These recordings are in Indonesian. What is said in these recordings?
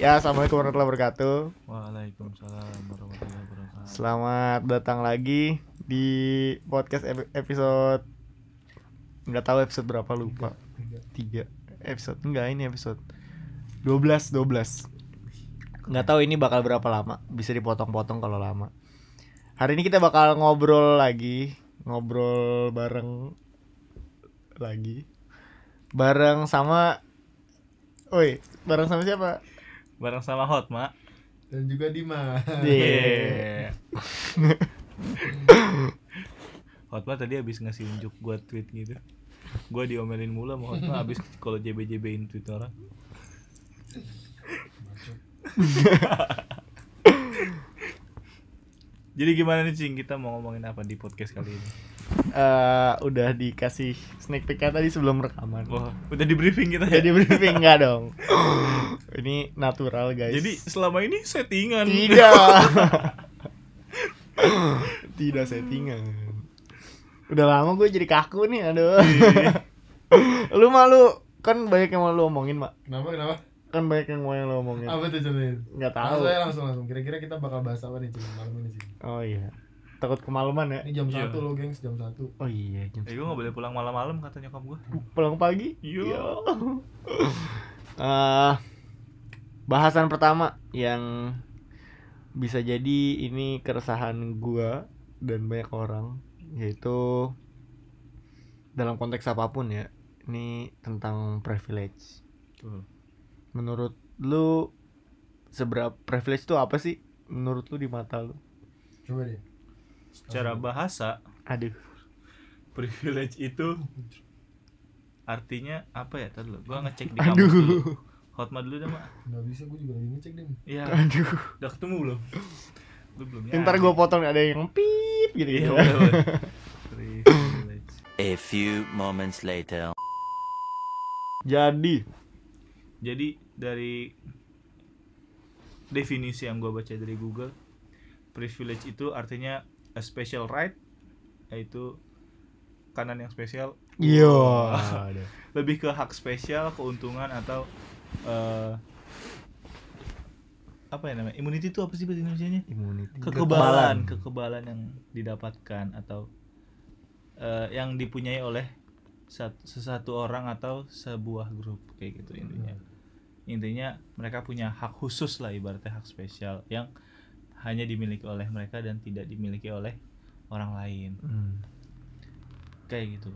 Ya, assalamualaikum warahmatullahi wabarakatuh. Waalaikumsalam warahmatullahi wabarakatuh. Selamat datang lagi di podcast ep- episode nggak tahu episode berapa lupa. Tiga episode enggak ini episode 12 12 nggak tahu ini bakal berapa lama bisa dipotong-potong kalau lama hari ini kita bakal ngobrol lagi ngobrol bareng lagi bareng sama woi bareng sama siapa Bareng sama Hot, Mak. dan juga Dimas. Iya. Hotma tadi habis ngasih unjuk gua tweet gitu. Gua diomelin mulu sama Hotma habis kalau JBJB-in tweet orang. Jadi gimana nih Cing kita mau ngomongin apa di podcast kali ini? Eh, udah dikasih sneak peek tadi sebelum rekaman. Wah, udah di briefing kita ya. Jadi briefing enggak dong. Ini natural guys. Jadi selama ini settingan. tidak. tidak settingan. Udah lama gue jadi kaku nih, aduh. lu malu kan banyak yang mau lu omongin, Mak. Kenapa kenapa? Kan banyak yang mau yang lu omongin. Apa tuh contohnya? Nggak tahu. Langsung aja, langsung langsung. Kira-kira kita bakal bahas apa nih cuy malam ini sih? Oh iya. Takut kemalaman ya. Ini jam Iya. satu loh gengs, jam satu. Oh iya, jam Eh, gua gak boleh pulang malam-malam kata nyokap gua. pulang pagi. Yo. Eh, bahasan pertama yang bisa jadi ini keresahan gua dan banyak orang yaitu dalam konteks apapun ya. Ini tentang privilege. Tuh. Menurut lu seberapa privilege itu apa sih? Menurut lu di mata lu? Coba deh. Secara bahasa Aduh. privilege itu artinya apa ya tadi gua ngecek di kampus dulu Aduh. hotma dulu dah mak Nggak bisa, gue juga lagi ngecek deh. iya Aduh. udah ketemu belum lu belum ya? Ntar gua potong ada yang pip gitu. iya gitu. boleh, boleh. privilege A few moments later. Jadi, jadi dari definisi yang gua baca dari Google privilege itu artinya a special right yaitu kanan yang spesial yo. lebih ke hak spesial, keuntungan atau eh, apa ya namanya? Immunity itu apa sih bahasa Indonesia-nya? Immunity. Kekebalan, kekebalan yang didapatkan atau eh, yang dipunyai oleh sat- sesatu orang atau sebuah grup kayak gitu intinya. Intinya mereka punya hak khusus lah ibaratnya hak spesial yang hanya dimiliki oleh mereka dan tidak dimiliki oleh orang lain. Hmm. Kayak gitu.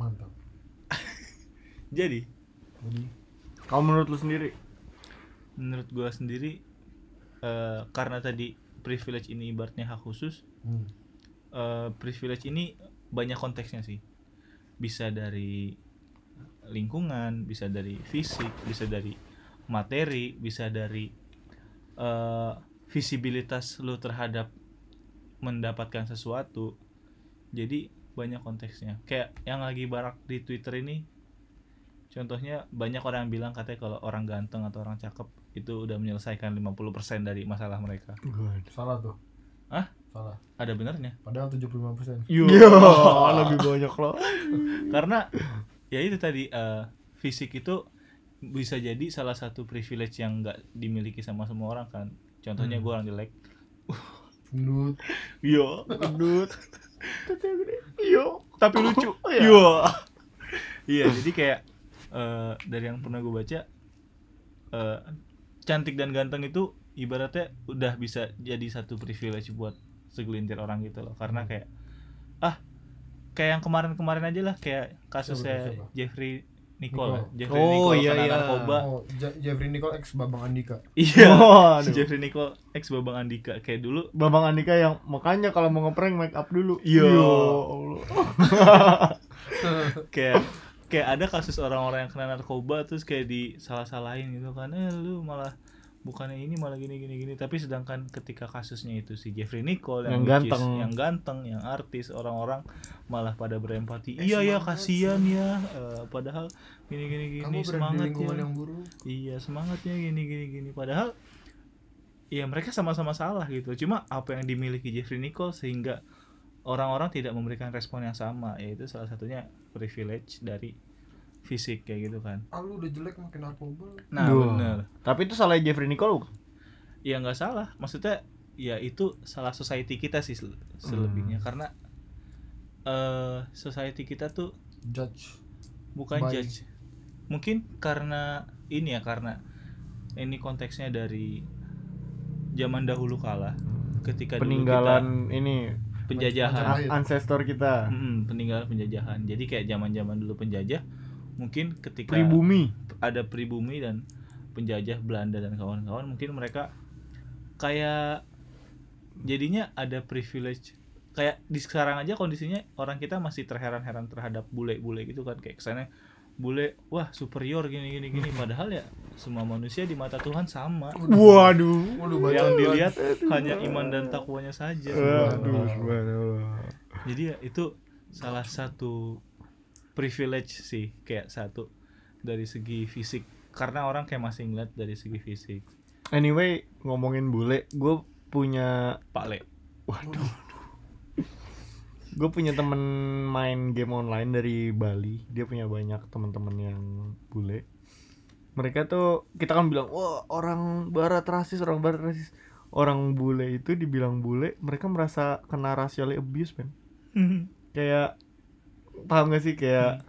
Mantap. Jadi, Jadi Kalau menurut lu sendiri? menurut gua sendiri eh, karena tadi privilege ini ibaratnya hak khusus hmm. eh, privilege ini banyak konteksnya sih bisa dari lingkungan bisa dari fisik bisa dari materi bisa dari eh, visibilitas lu terhadap mendapatkan sesuatu jadi banyak konteksnya kayak yang lagi barak di twitter ini contohnya banyak orang yang bilang katanya kalau orang ganteng atau orang cakep itu udah menyelesaikan 50% dari masalah mereka salah tuh. Hah? Salah. ada benernya Padahal 75% Yo, lebih banyak loh. karena ya itu tadi eh, fisik itu bisa jadi salah satu privilege yang nggak dimiliki sama semua orang kan contohnya gua orang jelek Gendut. yo Gendut. Yo, tapi lucu Oh, iya. yo iya jadi kayak eh, dari yang pernah gue baca eh, cantik dan ganteng itu ibaratnya udah bisa jadi satu privilege buat segelintir orang gitu loh karena kayak ah kayak yang kemarin-kemarin aja lah kayak kasusnya Siapa, siapa? Jeffrey Nicole, Nicole. Jeffrey Oh, Nicole iya, kena iya. narkoba Oh, Ja- Jeffrey Nicole ex Babang Andika. Iya. Waduh. si Jeffrey Nicole ex Babang Andika kayak dulu. Bambang Andika yang makanya kalau mau ngeprank make up dulu. Yo. Allah. Kayak kayak ada kasus orang-orang yang kena narkoba terus kayak disalah-salahin gitu kan. Eh lu malah bukannya ini malah gini gini gini tapi sedangkan ketika kasusnya itu si Jeffrey Nicole yang, Yang which is- ganteng. yang ganteng, yang artis, orang-orang malah pada berempati. Eh, Iya ya kasihan ya. Eh, padahal gini gini gini Kamu berada di semangat lingkungan ya. yang buruk. Iya semangatnya gini gini gini padahal ya mereka sama-sama salah gitu cuma apa yang dimiliki Jeffrey Nicole sehingga orang-orang tidak memberikan respon yang sama yaitu salah satunya privilege dari fisik kayak gitu kan ah lu udah jelek makin narkoba nah Duh. bener Tapi itu salah Jeffrey Nicole bukan? ya nggak salah maksudnya ya itu salah society kita sih sel- selebihnya karena eh society kita tuh judge bukan Baik. judge mungkin karena ini ya karena ini konteksnya dari zaman dahulu kala ketika dulu peninggalan ini kita penjajahan Penjajahan. a- ancestor kita Mm, peninggalan penjajahan jadi kayak zaman zaman dulu penjajah mungkin ketika pribumi. ada pribumi dan penjajah Belanda dan kawan-kawan mungkin mereka kayak jadinya ada privilege kayak di sekarang aja kondisinya orang kita masih terheran-heran terhadap bule-bule gitu kan kayak kesannya bule wah superior gini gini gini padahal ya semua manusia di mata Tuhan sama Waduh. waduh banyak yang banget. dilihat hanya iman dan takwanya saja Waduh, subhanallah. jadi ya itu salah satu privilege sih kayak satu dari segi fisik karena orang kayak masih ngeliat dari segi fisik Anyway, ngomongin bule, gue punya Pak Le gue punya temen main game online dari Bali. Dia punya banyak temen-temen yang bule. Mereka tuh kita kan bilang, wah orang barat rasis, orang barat rasis. Orang bule itu dibilang bule, mereka merasa kena racially abuse, men. Kayak paham gak sih kayak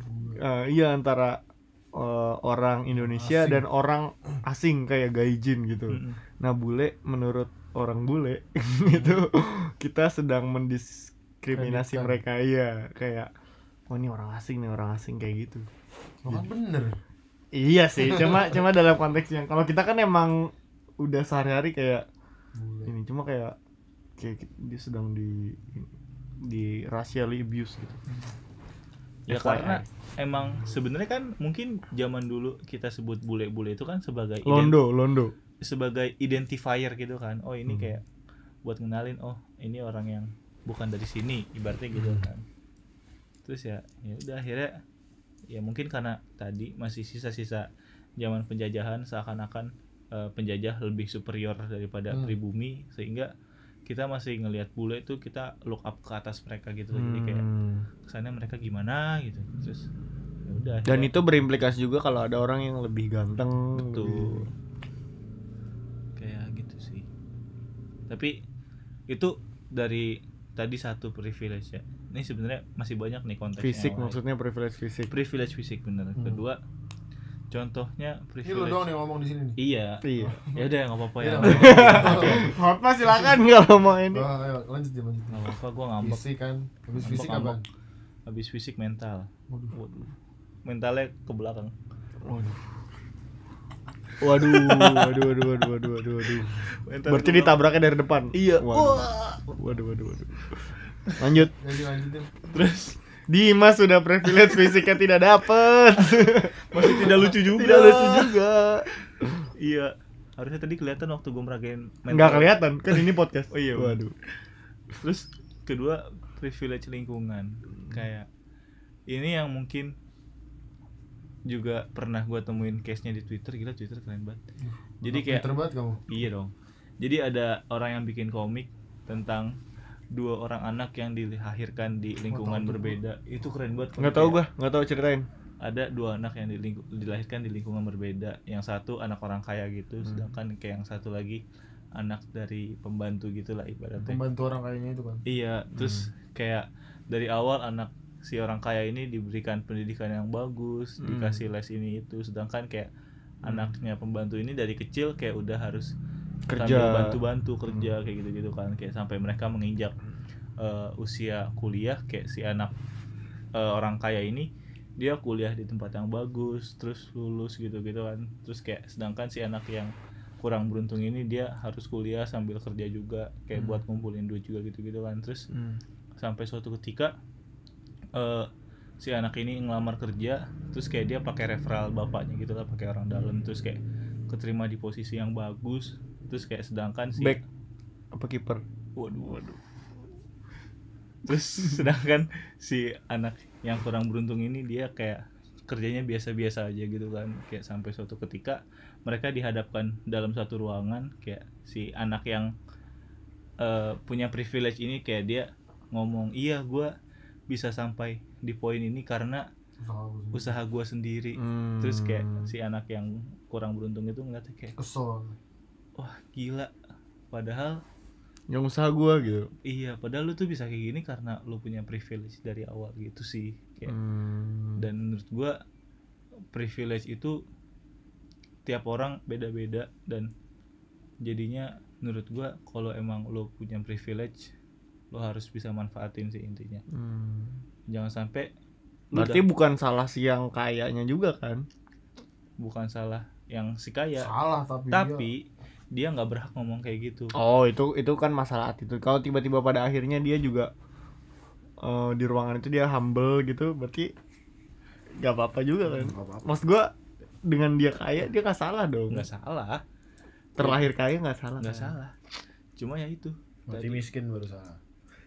Hmm. eh, iya antara eh, orang Indonesia Asing. dan orang asing kayak gaijin gitu. Mm-mm. Nah bule menurut orang bule itu kita sedang mendiskriminasi Kreditkan. mereka iya kayak oh ini orang asing nih orang asing kayak gitu. Makan kan bener Iya sih cuma cuma dalam konteks yang kalau kita kan emang udah sehari-hari kayak Bule. ini cuma kayak kayak dia sedang di di racially abuse gitu. ya FYI. karena emang sebenarnya kan mungkin zaman dulu kita sebut bule-bule itu kan sebagai ident- Londo, londo. sebagai identifier gitu kan oh Hmm. ini kayak buat ngenalin oh ini orang yang bukan dari sini ibaratnya gitu Hmm. kan terus ya ya udah akhirnya ya mungkin karena tadi masih sisa-sisa zaman penjajahan seakan-akan eh, penjajah lebih superior daripada Hmm. pribumi sehingga kita masih ngelihat bule itu kita look up ke atas mereka gitu loh. jadi kayak Hmm. kesannya mereka gimana gitu terus ya udah Dan akhirnya- itu berimplikasi juga kalau ada orang yang lebih ganteng. Betul. lebih- kayak gitu sih tapi itu dari tadi satu privilege ya ini sebenarnya masih banyak nih konteksnya Fisik yang lain. maksudnya privilege fisik. privilege fisik bener Hmm. kedua contohnya ini lu doang privilege yang ngomong di sini nih iya Iya. ya udah nggak apa-apa ya Iya. Hotma silakan kalau mau ini. Wah, ayo, lanjut ya lanjut nggak apa-apa gue ngambek fisik kan habis Ngambek, fisik ngambek. apa habis fisik mental waduh waduh mentalnya ke belakang Waduh, waduh, waduh, waduh, waduh, waduh, waduh. Berarti ditabraknya dari depan. Iya. Waduh, waduh, waduh, waduh. Lanjut. jadi lanjutin terus Dimas sudah privilege fisiknya tidak dapet. masih tidak lucu juga tidak lucu juga. iya harusnya tadi kelihatan waktu gue meragain Enggak kelihatan kan ini podcast. Oh iya. Waduh. Terus kedua privilege lingkungan kayak ini yang mungkin juga pernah gua temuin case-nya di Twitter gila Twitter keren banget. Iya. Jadi kayak pinter banget kamu iya dong. Jadi ada orang yang bikin komik tentang dua orang anak yang dilahirkan di tahu lingkungan tuh berbeda. Itu keren banget. Enggak tahu Kayak- gua, enggak tahu ceritain. ada dua anak yang dilingku- dilahirkan di lingkungan berbeda yang satu anak orang kaya Hmm. gitu sedangkan kayak yang satu lagi anak dari pembantu gitulah ibaratnya pembantu orang kayaknya itu kan iya terus kayak dari awal anak si orang kaya ini diberikan pendidikan yang bagus Hmm. dikasih les ini itu sedangkan kayak anaknya pembantu ini dari kecil kayak udah harus Kerja. sambil bantu-bantu kerja kayak gitu-gitu kan kayak sampai mereka menginjak eh, usia kuliah kayak si anak eh, orang kaya ini dia kuliah di tempat yang bagus terus lulus gitu-gitu kan terus kayak sedangkan si anak yang kurang beruntung ini dia harus kuliah sambil kerja juga kayak buat ngumpulin duit juga gitu-gitu kan terus sampai suatu ketika eh si anak ini ngelamar kerja terus kayak dia pakai referral bapaknya gitu lah pakai orang dalam terus kayak keterima di posisi yang bagus terus kayak sedangkan si Back apa kiper? waduh waduh terus sedangkan si anak yang kurang beruntung ini dia kayak kerjanya biasa-biasa aja gitu kan kayak sampai suatu ketika mereka dihadapkan dalam satu ruangan kayak si anak yang eh, punya privilege ini kayak dia ngomong iya gua bisa sampai di poin ini karena usaha gue sendiri. usaha gua sendiri Hmm. terus kayak si anak yang kurang beruntung itu ngeliatnya kayak kesel wah gila padahal yang usaha gua gitu iya padahal lu tuh bisa kayak gini karena lu punya privilege dari awal gitu sih kayak Hmm. dan menurut gua privilege itu tiap orang beda-beda dan jadinya menurut gua kalau emang lo punya privilege lo harus bisa manfaatin sih intinya Hmm. jangan sampai lu berarti dap- bukan salah si yang kayanya juga kan bukan salah yang si kaya salah tapi dia- Iya. tapi dia nggak berhak ngomong kayak gitu iya. oh itu itu kan masalah attitude kalau tiba-tiba pada akhirnya dia juga eh, di ruangan itu dia humble gitu berarti nggak apa-apa juga kan Nggak apa-apa. maksud gua dengan dia kaya dia nggak salah dong nggak salah terlahir kaya nggak salah nggak kan? salah cuma ya itu Tadi- Berarti miskin baru salah.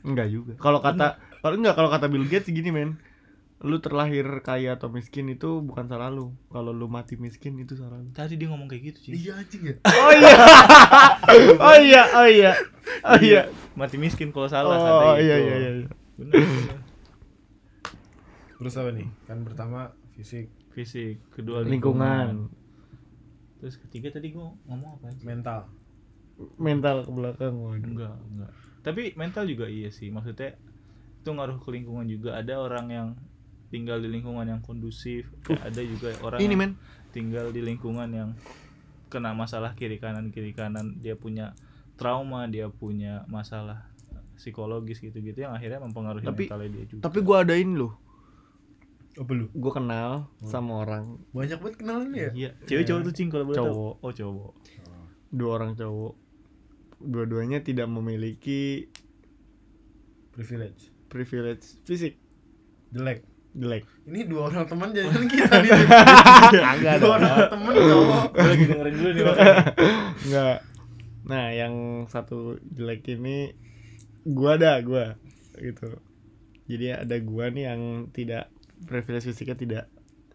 Enggak juga. Kalau kata kalau enggak kalau kata Bill Gates gini, men. Lu terlahir kaya atau miskin itu bukan salah lu. Kalau lu mati miskin itu salah lu. tadi dia ngomong kayak gitu sih Iya anjing ya. Oh iya. oh iya, oh iya. Oh iya. mati miskin kalau salah Oh iya katanya gitu. iya iya. iya. Bener, bener. Terus apa nih? Kan pertama fisik, fisik kedua Lingkungan, terus ketiga tadi gua ngomong apa aja mental. mental ke belakang. waduh. enggak enggak tapi mental juga iya sih maksudnya itu ngaruh ke lingkungan juga ada orang yang tinggal di lingkungan yang kondusif Kayak ada juga orang Uh. Ini, yang men. tinggal di lingkungan yang kena masalah kiri kanan kiri kanan dia punya trauma dia punya masalah psikologis gitu-gitu yang akhirnya mempengaruhi Tapi- mentalnya dia juga Tapi gua adain lu. Oh belum. Gua kenal sama orang Banyak banget kenalan ya. iya cewek cowok tuh cing kalau boleh tahu Cowok. oh cowok dua orang cowok. Dua-duanya tidak memiliki Privilege. privilege fisik Jelek. jelek. Ini dua orang teman jajan kita nih. Enggak dua orang teman cowok. Gua lagi dengerin dulu nih Pak. Enggak. Nah, yang satu jelek ini gua ada gua gitu. Jadi ada gua nih yang tidak privilege fisiknya tidak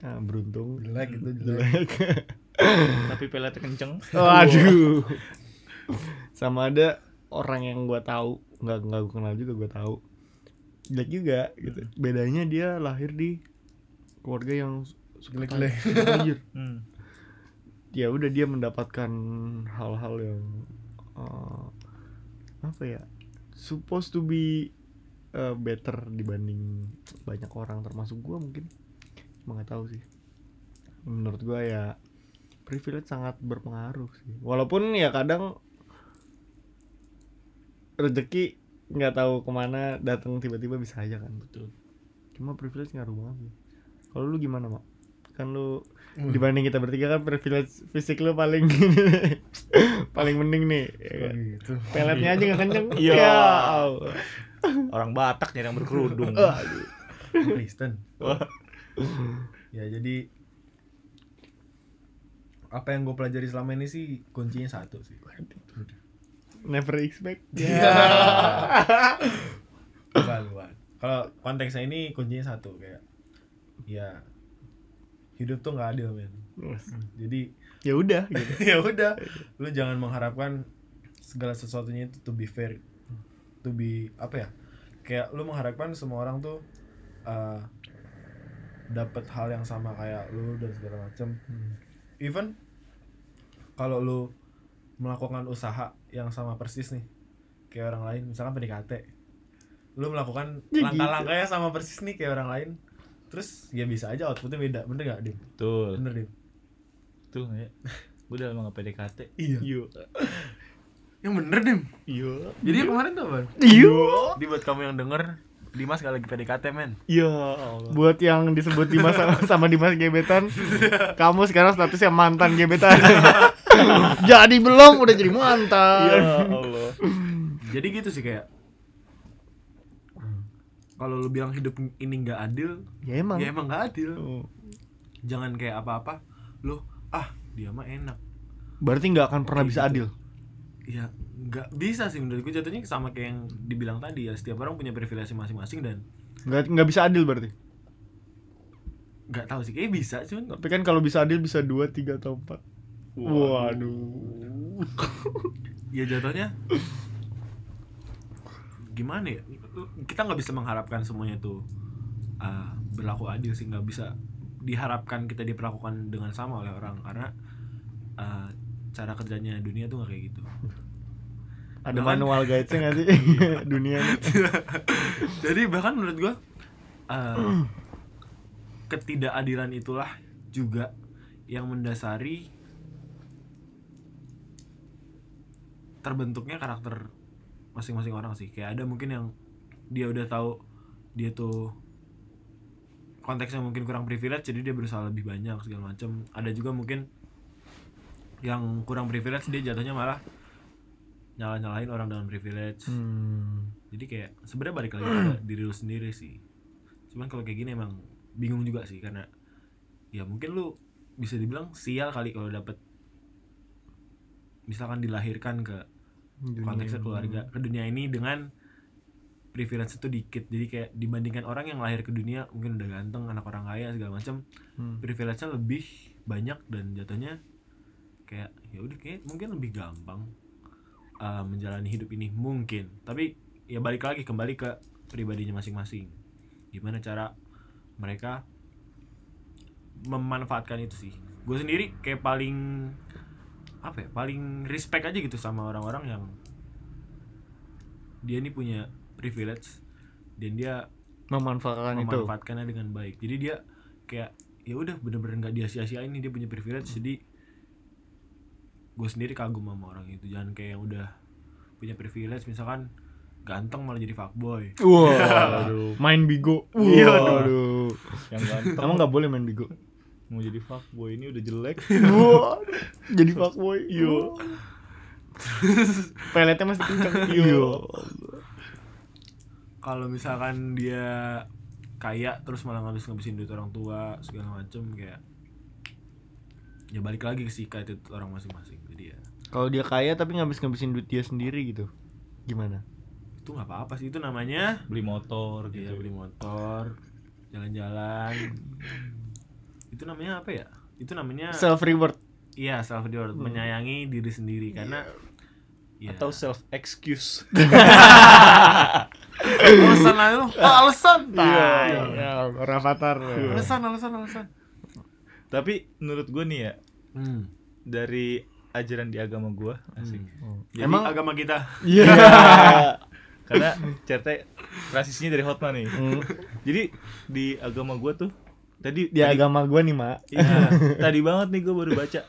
eh, beruntung Jelek itu jelek. jelek. tapi peletnya kenceng Waduh. Sama ada orang yang gua tahu, nggak nggak gua kenal juga gua tahu. Jelek juga gitu. Bedanya dia lahir di keluarga yang suka Jelek-jelek. tajir. Tajir. Hmm. ya udah dia mendapatkan hal-hal yang eh, apa ya supposed to be eh, better dibanding banyak orang termasuk gua mungkin cuma nggak tahu sih menurut gua ya privilege sangat berpengaruh sih walaupun ya kadang rezeki nggak tahu kemana datang tiba-tiba bisa aja kan betul cuma privilege ngaruh banget sih kalau lu gimana mak kan lu Hmm. dibanding kita bertiga kan privilege fisik lu paling paling mending nih ya kan? Gitu. peletnya aja nggak kenceng Iya. Ya Allah. orang Batak nyari yang berkerudung Kristen. Wah. ya jadi apa yang gue pelajari selama ini sih kuncinya satu sih. never expect bukan bukan kalau konteksnya ini kuncinya satu kayak ya hidup tuh nggak adil men jadi ya udah gitu. ya udah lu jangan mengharapkan segala sesuatunya itu to be fair to be apa ya kayak lu mengharapkan semua orang tuh eh dapat hal yang sama kayak lu dan segala macam even kalau lu melakukan usaha yang sama persis nih kayak orang lain misalkan PDKT lu melakukan Ya gitu. langkah-langkahnya sama persis nih kayak orang lain terus ya bisa aja outputnya beda bener gak dim betul bener dim betul nggak ya gue udah lama nggak PDKT iya yuk yang bener dim yuk jadi kemarin tuh bang Iya. Jadi buat kamu yang denger, Dimas gak lagi PDKT men ya Allah buat yang disebut Dimas sama- sama Dimas gebetan kamu sekarang statusnya mantan gebetan jadi belum udah jadi Iya. mantan ya Allah Jadi gitu sih kayak hmm, kalau lu bilang hidup ini nggak adil, ya emang ya emang nggak adil. Oh. Jangan kayak apa-apa, lu ah dia mah enak. berarti nggak akan pernah gitu. bisa adil Ya nggak bisa sih menurutku jatuhnya sama kayak yang dibilang tadi ya setiap orang punya privilege masing-masing dan nggak nggak bisa adil berarti nggak tahu sih kayak bisa cuman tapi kan kalau bisa adil bisa dua tiga atau empat waduh ya jatuhnya gimana ya kita nggak bisa mengharapkan semuanya tuh ah, berlaku adil sih nggak bisa diharapkan kita diperlakukan dengan sama oleh orang karena eh, cara kerjanya dunia tuh nggak kayak gitu Ada Bahkan- manual guide-nya nggak sih? Dunia ini. jadi bahkan menurut gua eh, ketidakadilan itulah juga yang mendasari terbentuknya karakter masing-masing orang sih kayak ada mungkin yang dia udah tahu dia tuh konteksnya mungkin kurang privilege jadi dia berusaha lebih banyak segala macam ada juga mungkin yang kurang privilege dia jatuhnya malah nyala-nyalain orang dengan privilege Hmm. jadi kayak sebenarnya balik lagi ke diri lu sendiri sih cuman kalau kayak gini emang bingung juga sih karena ya mungkin lu bisa dibilang sial kali kalau dapet misalkan dilahirkan ke Dunia konteksnya ini. keluarga ke dunia ini dengan privilege itu dikit jadi kayak dibandingkan orang yang lahir ke dunia mungkin udah ganteng anak orang kaya segala macam Hmm. privilege-nya lebih banyak dan jatuhnya kayak ya udah kayak mungkin lebih gampang uh, menjalani hidup ini mungkin tapi ya balik lagi kembali ke pribadinya masing-masing gimana cara mereka memanfaatkan itu sih gue sendiri kayak paling apa ya paling respect aja gitu sama orang-orang yang dia ini punya privilege dan dia Memanfaatkan, itu. memanfaatkannya dengan baik jadi dia kayak ya udah bener-bener nggak dia sia-siain nih, dia punya privilege jadi gue sendiri kagum sama orang itu jangan kayak yang udah punya privilege misalkan ganteng malah jadi fuckboy Wah, main bigo. Iya, Wah, aduh. aduh. yang ganteng Emang nggak boleh main bigo. mau jadi fuckboy ini udah jelek Wah, jadi fuckboy. Yo. Peletnya masih Iya. kencang. Yo. kalau misalkan dia kaya terus malah ngabis ngabisin duit orang tua segala macem kayak ya balik lagi ke sikat itu orang masing-masing jadi ya Kalau dia kaya tapi ngabis ngabisin duit dia sendiri gitu. Gimana? itu nggak apa-apa sih itu namanya beli motor gitu Iya beli motor, jalan-jalan. itu namanya apa ya? Itu namanya Self reward. iya self reward, menyayangi diri sendiri karena ya. atau self excuse alasan aja lu. Ah, alasan. Iya, iya, orang avatar. Alasan, alasan, alasan. tapi menurut gue nih ya Hmm. dari ajaran di agama gue asik Jadi Emang agama kita Iya. karena cerita rasisnya dari Hotma nih jadi di agama gue tuh tadi Di tadi- agama gua nih, Mak. Iya, tadi banget nih gue baru baca.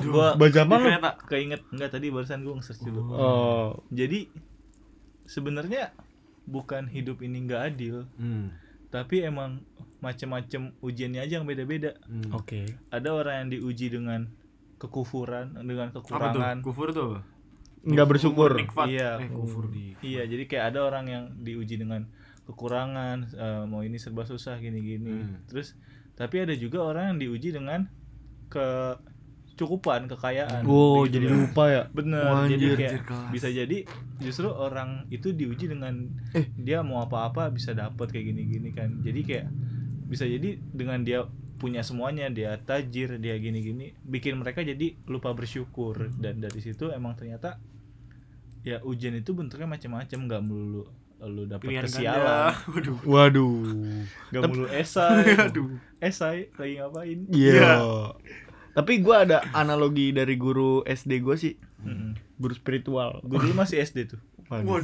gua baca apa lu? ternyata keinget enggak tadi barusan gue nge-search dulu. Oh, Jadi sebenarnya bukan hidup ini nggak adil, Hmm. tapi emang macem-macem ujiannya aja yang beda-beda. hmm. oke. Ada orang yang diuji dengan kekufuran, dengan Apa tuh? kekurangan. Kufur tuh. Enggak bersyukur. Nikfat. Iya. Eh, kufur di. Iya, jadi kayak ada orang yang diuji dengan kekurangan, eh, mau ini serba susah gini-gini. Hmm. Terus tapi ada juga orang yang diuji dengan kecukupan, kekayaan. Wow, Gitu jadi loh. lupa ya. Bener, Wah, anjir. jadi kayak Anjir, kelas. bisa jadi justru orang itu diuji dengan Eh. dia mau apa-apa bisa dapat kayak gini-gini kan. Jadi kayak bisa jadi dengan dia punya semuanya, dia tajir, dia gini-gini, bikin mereka jadi lupa bersyukur dan dari situ emang ternyata ya ujian itu bentuknya macam-macam nggak melulu lu dapat Pilihan kesialan, ganda. Waduh. Waduh. nggak Tep- melulu esai, Aduh. esai lagi ngapain? Iya. Tapi gua ada analogi dari guru SD gua sih, Mm-mm. guru spiritual. Gua dulu masih SD tuh. Waduh.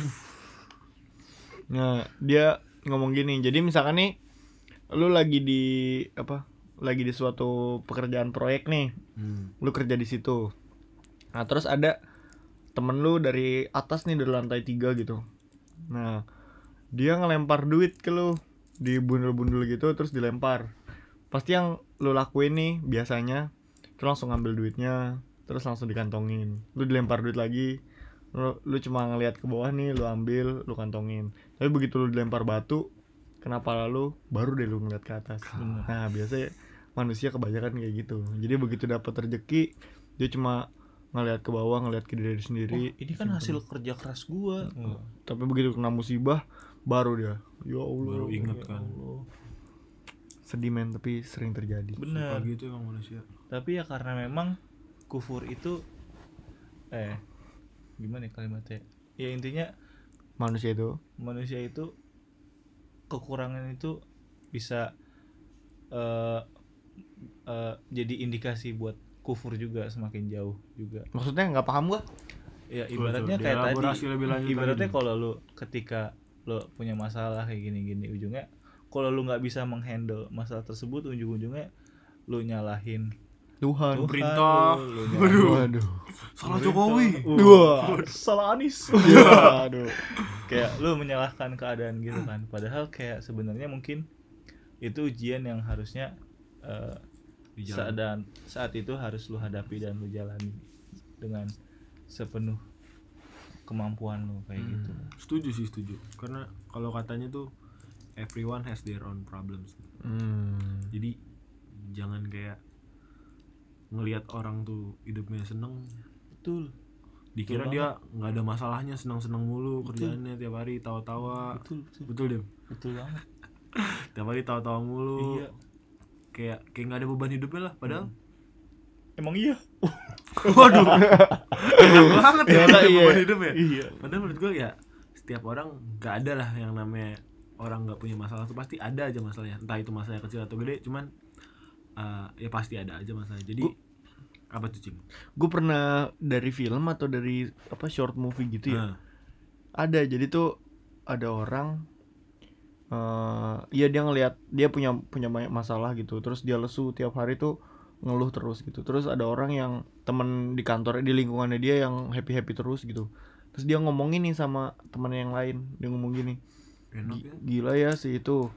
Nah, dia ngomong gini. Jadi misalkan nih lu lagi di apa? Lagi di suatu pekerjaan proyek nih. Hmm. Lu kerja di situ. Nah, terus ada temen lu dari atas nih dari lantai tiga gitu. Nah, dia ngelempar duit ke lu dibundel-bundel gitu terus dilempar. Pasti yang lu lakuin nih biasanya itu langsung ngambil duitnya, terus langsung dikantongin. Lu dilempar duit lagi, lu, lu cuma ngelihat ke bawah nih, lu ambil, lu kantongin. Tapi begitu lu dilempar batu, kenapa lalu baru deh lu ngeliat ke atas. Nah, biasanya manusia kebanyakan kayak gitu. Jadi begitu dapat rezeki, dia cuma ngelihat ke bawah, ngelihat ke diri sendiri. Oh, ini kan hasil kerja keras gua. Tapi begitu kena musibah, baru dia. Ya Allah. Baru ingat ya kan. Allah. Sedih men, tapi sering terjadi. Bener. Pagi itu gitu emang manusia. tapi ya karena memang kufur itu eh gimana ya kalimatnya ya intinya Manusia itu. manusia itu kekurangan itu bisa eh, eh, jadi indikasi buat kufur juga semakin jauh juga maksudnya nggak paham gua ya Betul, ibaratnya kayak dielaborasi tadi lebih lanjut ibaratnya lagi. kalau lu ketika lu punya masalah kayak gini-gini ujungnya kalau lu nggak bisa menghandle masalah tersebut ujung-ujungnya lu nyalahin Tuhan Tuhan, Pemerintah. lu nyalahin waduh Salah Jokowi. dua Uh, salah Anis ya aduh kayak lu menyalahkan keadaan gitu kan padahal kayak sebenarnya mungkin itu ujian yang harusnya eh, saat Dijalan. dan saat itu harus lu hadapi dan lu jalani dengan sepenuh kemampuan lu kayak gitu Setuju sih setuju. Karena kalau katanya tuh everyone has their own problems. hmm. Jadi jangan kayak ngelihat orang tuh hidupnya seneng betul dikira Betul dia nggak ada masalahnya senang-senang mulu kerjaannya tiap hari tawa-tawa betul betul, betul deh betul banget tiap hari tawa-tawa mulu Iya. Hmm. kayak kayak nggak ada beban hidupnya lah padahal emang iya waduh banyak banget ya nggak ada Iya. beban hidup ya iya padahal menurut gue ya setiap orang nggak ada lah yang namanya orang nggak punya masalah tuh pasti ada aja masalahnya entah itu masalah kecil atau gede cuman eh, ya pasti ada aja masalah jadi Gua- apa tuh cing gue pernah dari film atau dari apa short movie gitu ya Nah, ada jadi tuh ada orang eh ya dia ngelihat dia punya punya banyak masalah gitu terus dia lesu tiap hari tuh ngeluh terus gitu terus ada orang yang temen di kantor di lingkungannya dia yang happy happy terus gitu terus dia ngomong ini sama temennya yang lain dia ngomong gini enak "Gi- ya gila ya si itu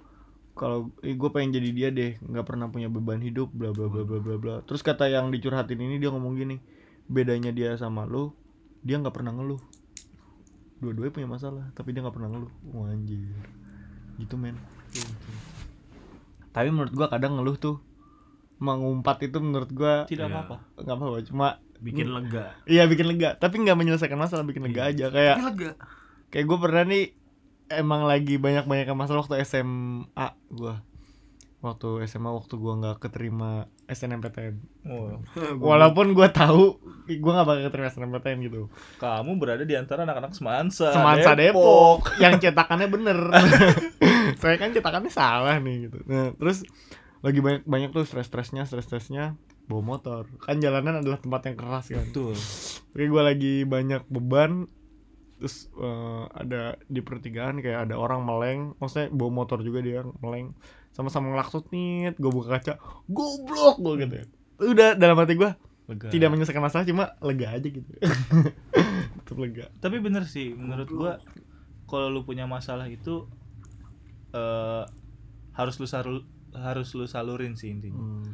kalau gue pengen jadi dia deh nggak pernah punya beban hidup bla bla bla bla bla bla terus kata yang dicurhatin ini dia ngomong gini bedanya dia sama lu dia nggak pernah ngeluh dua-duanya punya masalah tapi dia nggak pernah ngeluh Wah, anjir gitu men tapi menurut gua kadang ngeluh tuh mengumpat itu menurut gua tidak Iya. apa-apa nggak apa-apa cuma bikin lega iya bikin lega tapi nggak menyelesaikan masalah bikin lega aja kayak Tapi lega kayak gue pernah nih emang lagi banyak banyak masalah waktu SMA gue waktu SMA waktu gue nggak keterima SNMPTN Wah, walaupun gue tahu gue nggak bakal keterima SNMPTN gitu kamu berada di antara anak-anak semansa Semansa Depok, yang cetakannya bener saya kan cetakannya salah nih gitu nah, terus lagi banyak banyak tuh stress stressnya stress stressnya bawa motor kan jalanan adalah tempat yang keras kan betul Oke gue lagi banyak beban Terus eh, ada di pertigaan kayak ada orang meleng Maksudnya bawa motor juga dia meleng Sama-sama ngelaksut nih Gue buka kaca Goblok gue gitu ya. Udah dalam hati gue lega Tidak menyelesaikan masalah cuma lega aja gitu Tetep lega tapi bener sih menurut gua kalau lu punya masalah itu eh harus lu saru- harus lu salurin sih intinya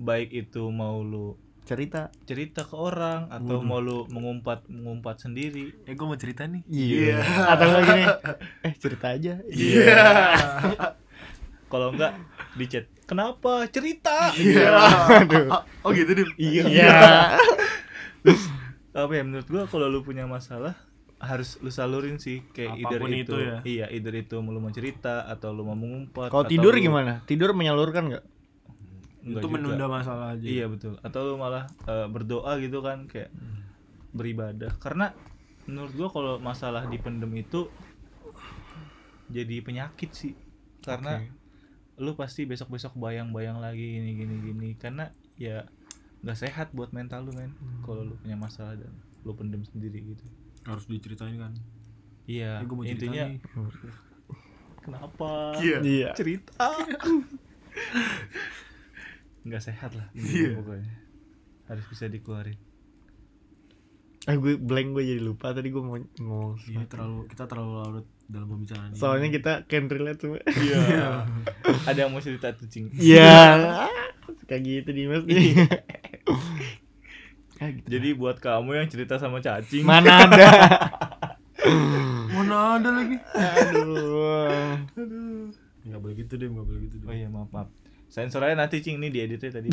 baik itu mau lu Hmm. Cerita cerita ke orang atau mau lu mengumpat mengumpat sendiri eh gue mau cerita nih Iya Atau nggak gini Eh cerita aja Iya. kalau enggak di chat kenapa cerita Iya. Aduh Iya. oh gitu deh Iya apa ya menurut gua kalau lu punya masalah harus lu salurin sih kayak either Apapun itu, itu ya. iya either itu lu mau cerita atau lu mau mengumpat Kalau atau tidur lu- gimana? Tidur menyalurkan nggak? Enggak itu juga. menunda masalah aja Iya betul. Atau lu malah eh, berdoa gitu kan kayak Hmm. beribadah. Karena menurut gua kalau masalah dipendem itu jadi penyakit sih. Karena lu pasti besok-besok bayang-bayang lagi ini gini gini karena ya nggak sehat buat mental lu men Hmm. kalau lu punya masalah dan lu pendem sendiri gitu. harus diceritain kan Iya, eh, gue mau cerita intinya nih. kenapa? Iya Cerita. nggak sehat lah Iya. pokoknya. Harus bisa dikeluarin. Eh gue blank gue jadi lupa tadi gue mau ngomong ini Iya, terlalu kita terlalu larut dalam pembicaraan ini. Soalnya kita can relate semua. Iya. Ada yang mau cerita tuh cing. Iya. Kayak gitu Dimas nih. Ah, gitu. Jadi buat kamu yang cerita sama cacing. mana ada. mana ada lagi Aduh. nggak boleh gitu deh nggak boleh gitu deh Oh iya maaf maaf. Sensor aja nanti cing ini dieditnya tadi.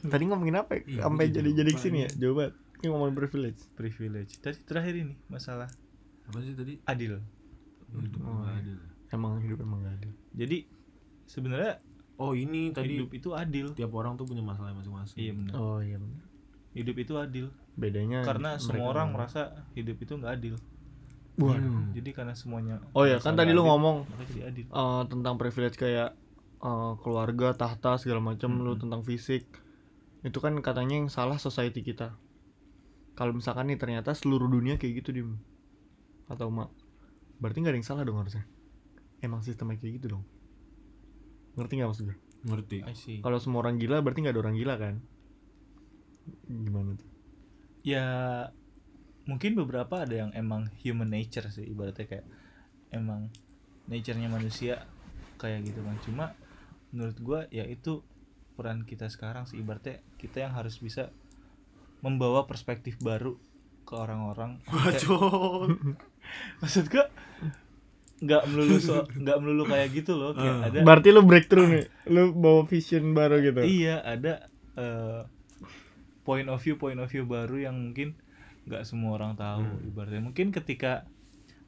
Tadi ngomongin apa? ya? Sampai jadi jadi-jadi lupa kesini ya? ini. Jauh banget. Ini ngomongin privilege. Privilege. Tadi terakhir ini masalah apa sih tadi adil. Hidup Oh, nggak adil. Emang hidup emang gak adil. Jadi sebenarnya oh ini tadi hidup itu adil. tiap orang tuh punya masalah masing-masing Iya benar. Oh iya. bener. Hidup itu adil Bedanya karena Hmm, mereka semua orang ngomong. merasa hidup itu nggak adil. Waduh. Hmm, Jadi karena semuanya Oh ya, kan tadi lu adil, ngomong makanya jadi adil. eh, tentang privilege kayak eh, keluarga, tahta segala macam lu tentang fisik. Itu kan katanya yang salah society kita. Kalau misalkan nih ternyata seluruh dunia kayak gitu dim atau mak berarti nggak ada yang salah dong harusnya emang sistemnya kayak gitu dong ngerti nggak maksud gue ngerti I see. kalau semua orang gila berarti nggak ada orang gila kan gimana tuh ya mungkin beberapa ada yang emang human nature sih ibaratnya kayak emang nature-nya manusia kayak gitu kan cuma menurut gua ya itu peran kita sekarang sih ibaratnya kita yang harus bisa membawa perspektif baru ke orang-orang Maksudnya- maksud gua nggak melulu so- nggak melulu kayak gitu loh kayak ada berarti lu breakthrough nih lu bawa vision baru gitu Iya, ada eh, point of view point of view baru yang mungkin nggak semua orang tahu. Hmm. Ibaratnya mungkin ketika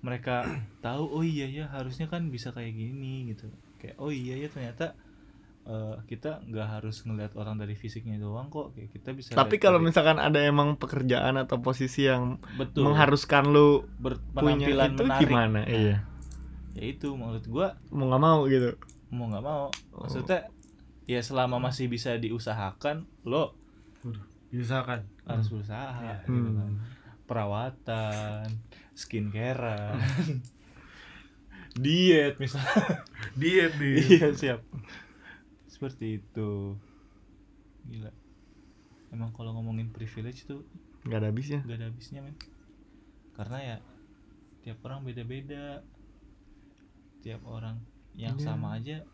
mereka tahu, oh iya ya harusnya kan bisa kayak gini gitu. Kayak oh iya ya ternyata eh, kita nggak harus ngelihat orang dari fisiknya doang kok. Kayak kita bisa. Tapi lihat kalau dari- misalkan ada emang pekerjaan atau posisi yang betul mengharuskan lu punya berpenampilan itu menarik, Nah. gimana? Iya. ya itu menurut gua Mau nggak mau gitu. mau nggak mau Oh. maksudnya ya selama masih bisa diusahakan lo Misalkan harus berusaha gitu kan. perawatan, skincare, diet misalnya. diet nih. iya siap. Seperti itu. Gila. Emang kalau ngomongin privilege tuh Nggak ada habisnya. gak ada habisnya men. Karena ya tiap orang beda-beda. Tiap orang yang sama aja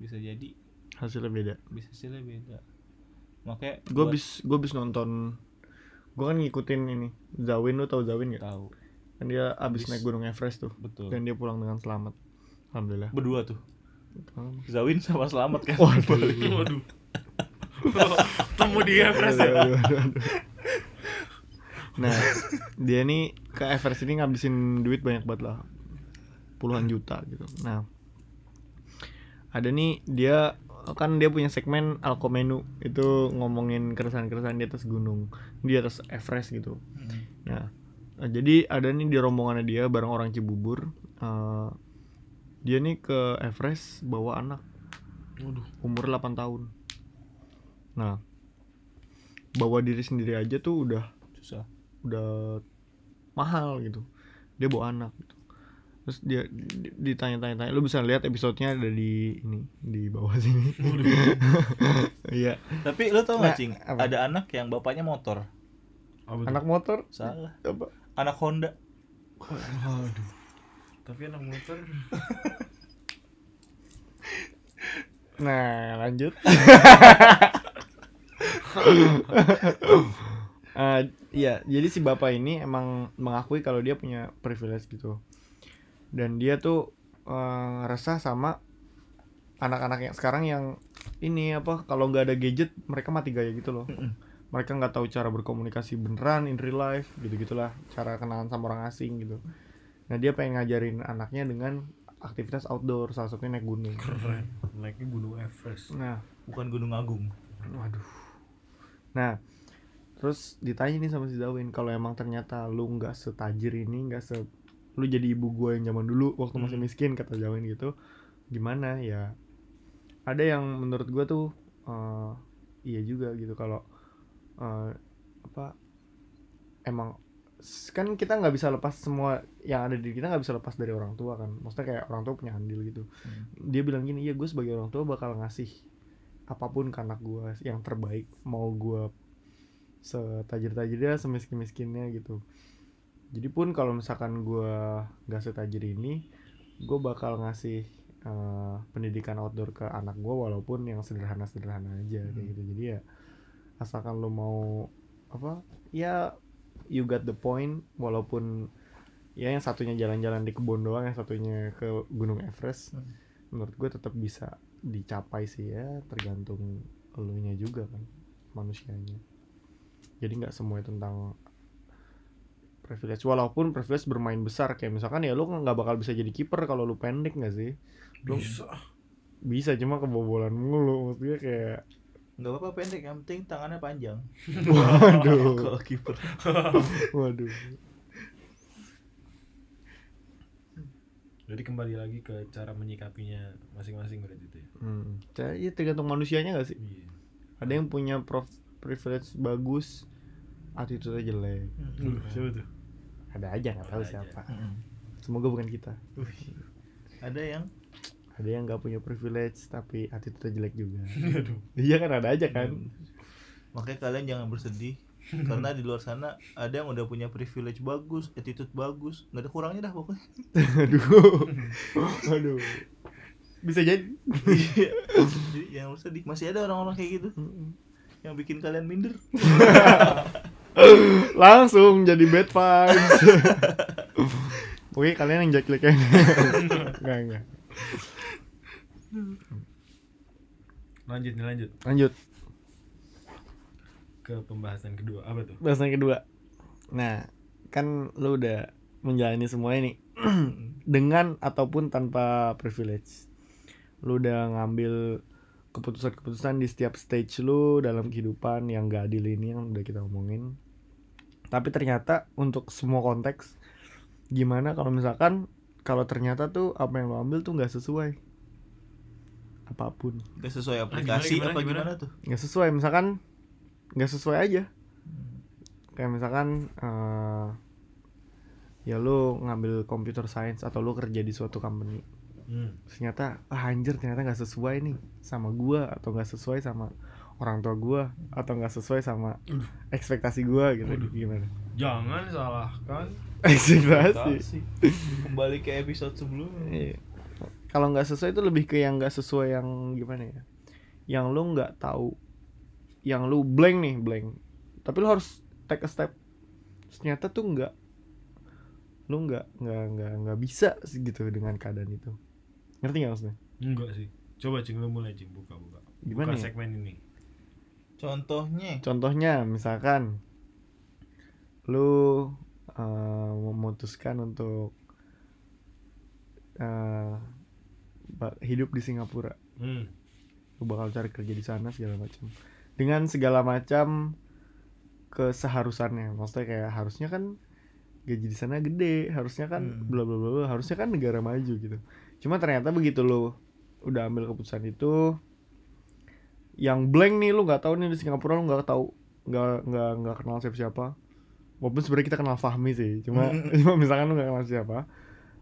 bisa jadi Hasilnya beda. bisa hasilnya beda. Makanya Gue buat bis gue bis nonton gue kan ngikutin ini Zawin lu tau Zawin gak? tahu Kan dia abis Abis. naik gunung Everest tuh betul. dan dia pulang dengan selamat. Alhamdulillah. Berdua tuh. Zawin sama Selamat kan. Waduh. Temu dia Everest. ya? Aduh, aduh, aduh, aduh. nah dia nih ke Everest ini ngabisin duit banyak banget lah puluhan juta gitu nah ada nih dia kan dia punya segmen Alkomenu itu ngomongin keresahan-keresahan di atas gunung di atas Everest gitu Mm. nah eh, jadi ada nih di rombongannya dia bareng orang Cibubur eh, dia nih ke Everest bawa anak umur 8 tahun nah bawa diri sendiri aja tuh udah Susah. udah mahal gitu dia bawa anak gitu. terus dia di- ditanya-tanya lu bisa lihat episodenya ada di ini di bawah sini iya Tapi lu tau Nah, gak Cing? apa? Ada anak yang bapaknya motor anak motor Salah apa Anak Honda Tapi anak motor. Nah, lanjut. Eh, iya, jadi si bapak ini emang mengakui kalau dia punya privilege gitu. Dan dia tuh eh, ngerasa sama anak-anak yang sekarang yang ini apa kalau nggak ada gadget mereka mati gaya gitu loh. Mereka nggak tahu cara berkomunikasi beneran in real life gitu-gitulah, cara kenalan sama orang asing gitu. Nah, dia pengen ngajarin anaknya dengan aktivitas outdoor, salah satunya naik gunung. Keren. Naiknya Gunung Everest. Nah, Bukan Gunung Agung Waduh. Nah, terus ditanya nih sama si Zawin kalau emang ternyata lu nggak setajir ini, nggak se lu jadi ibu gua yang zaman dulu waktu masih miskin kata Zawin gitu. Gimana ya? Ada yang menurut gua tuh eh, iya juga gitu kalau eh, apa emang s- kan kita nggak bisa lepas semua yang ada di kita nggak bisa lepas dari orang tua kan maksudnya kayak orang tua punya andil gitu dia bilang gini iya gue sebagai orang tua bakal ngasih apapun ke anak gue yang terbaik mau gue setajir-tajirnya semiskin-miskinnya gitu jadi pun kalau misalkan gue nggak setajir ini gue bakal ngasih eh, pendidikan outdoor ke anak gue walaupun yang sederhana-sederhana aja kayak gitu jadi ya asalkan lo mau apa ya you got the point walaupun ya yang satunya jalan-jalan di kebun doang yang satunya ke gunung Everest menurut gue tetap bisa dicapai sih ya tergantung elunya juga kan manusianya jadi nggak semuanya tentang privilege walaupun privilege bermain besar kayak misalkan ya lu nggak bakal bisa jadi kiper kalau lu pendek nggak sih lu Bisa. bisa cuma kebobolan mulu maksudnya kayak Gak apa-apa pendek yang penting tangannya panjang waduh Kalau kiper waduh Jadi kembali lagi ke cara menyikapinya masing-masing berarti itu ya. Hmm. Jadi tergantung manusianya gak sih? Iya. Ada yang punya prof- privilege bagus, attitude-nya jelek. Siapa tuh? Ada aja nggak tahu Ada aja. siapa. Mm-mm. Semoga bukan kita. ada yang Ada yang nggak punya privilege tapi attitude-nya jelek juga. iya kan ada aja kan. makanya kalian jangan bersedih karena di luar sana ada yang udah punya privilege bagus, attitude bagus, nggak ada kurangnya dah pokoknya. Aduh. Aduh. Bisa jadi. Iya. Jadi jangan bersedih. Masih ada orang-orang kayak gitu yang bikin kalian minder. Langsung jadi bad vibes. Oke, kalian yang jelek-jelek Enggak, enggak. Lanjut nih lanjut Lanjut. ke pembahasan kedua apa tuh? bahasan kedua. Nah, kan lu udah menjalani semuanya nih dengan ataupun tanpa privilege. Lu udah ngambil keputusan-keputusan di setiap stage lu dalam kehidupan yang gak adil ini yang udah kita omongin. Tapi ternyata untuk semua konteks gimana kalau misalkan kalau ternyata tuh apa yang lu ambil tuh nggak sesuai apapun Gak sesuai aplikasi gimana, apa gimana? gimana, tuh? nggak sesuai misalkan nggak sesuai aja kayak misalkan eh, ya lu ngambil computer science atau lu kerja di suatu company Hmm. Terus ternyata ah, anjir ternyata nggak sesuai nih sama gua atau nggak sesuai sama orang tua gua atau nggak sesuai sama ekspektasi gua gitu gimana Jangan salahkan ekspektasi Taksi. Kembali ke episode sebelumnya. Iya. kalau nggak sesuai itu lebih ke yang nggak sesuai yang gimana ya yang lu nggak tahu yang lu blank nih blank tapi lu harus take a step Terus ternyata tuh nggak lu nggak nggak nggak nggak bisa gitu dengan keadaan itu ngerti nggak maksudnya enggak sih. Coba cing lu mulai cing buka buka. gimana buka ya? segmen ini. Contohnya contohnya misalkan lu eh, memutuskan untuk eh, ba- hidup di Singapura Hmm. lu bakal cari kerja di sana segala macam dengan segala macam keseharusannya maksudnya kayak harusnya kan gaji di sana gede harusnya kan Hmm. bla bla bla bla, harusnya kan negara maju gitu cuma ternyata begitu lu udah ambil keputusan itu yang blank nih lu nggak tahu nih di Singapura lu nggak tahu nggak nggak nggak kenal siapa siapa walaupun sebenarnya kita kenal Fahmi sih cuma cuma misalkan lu nggak kenal siapa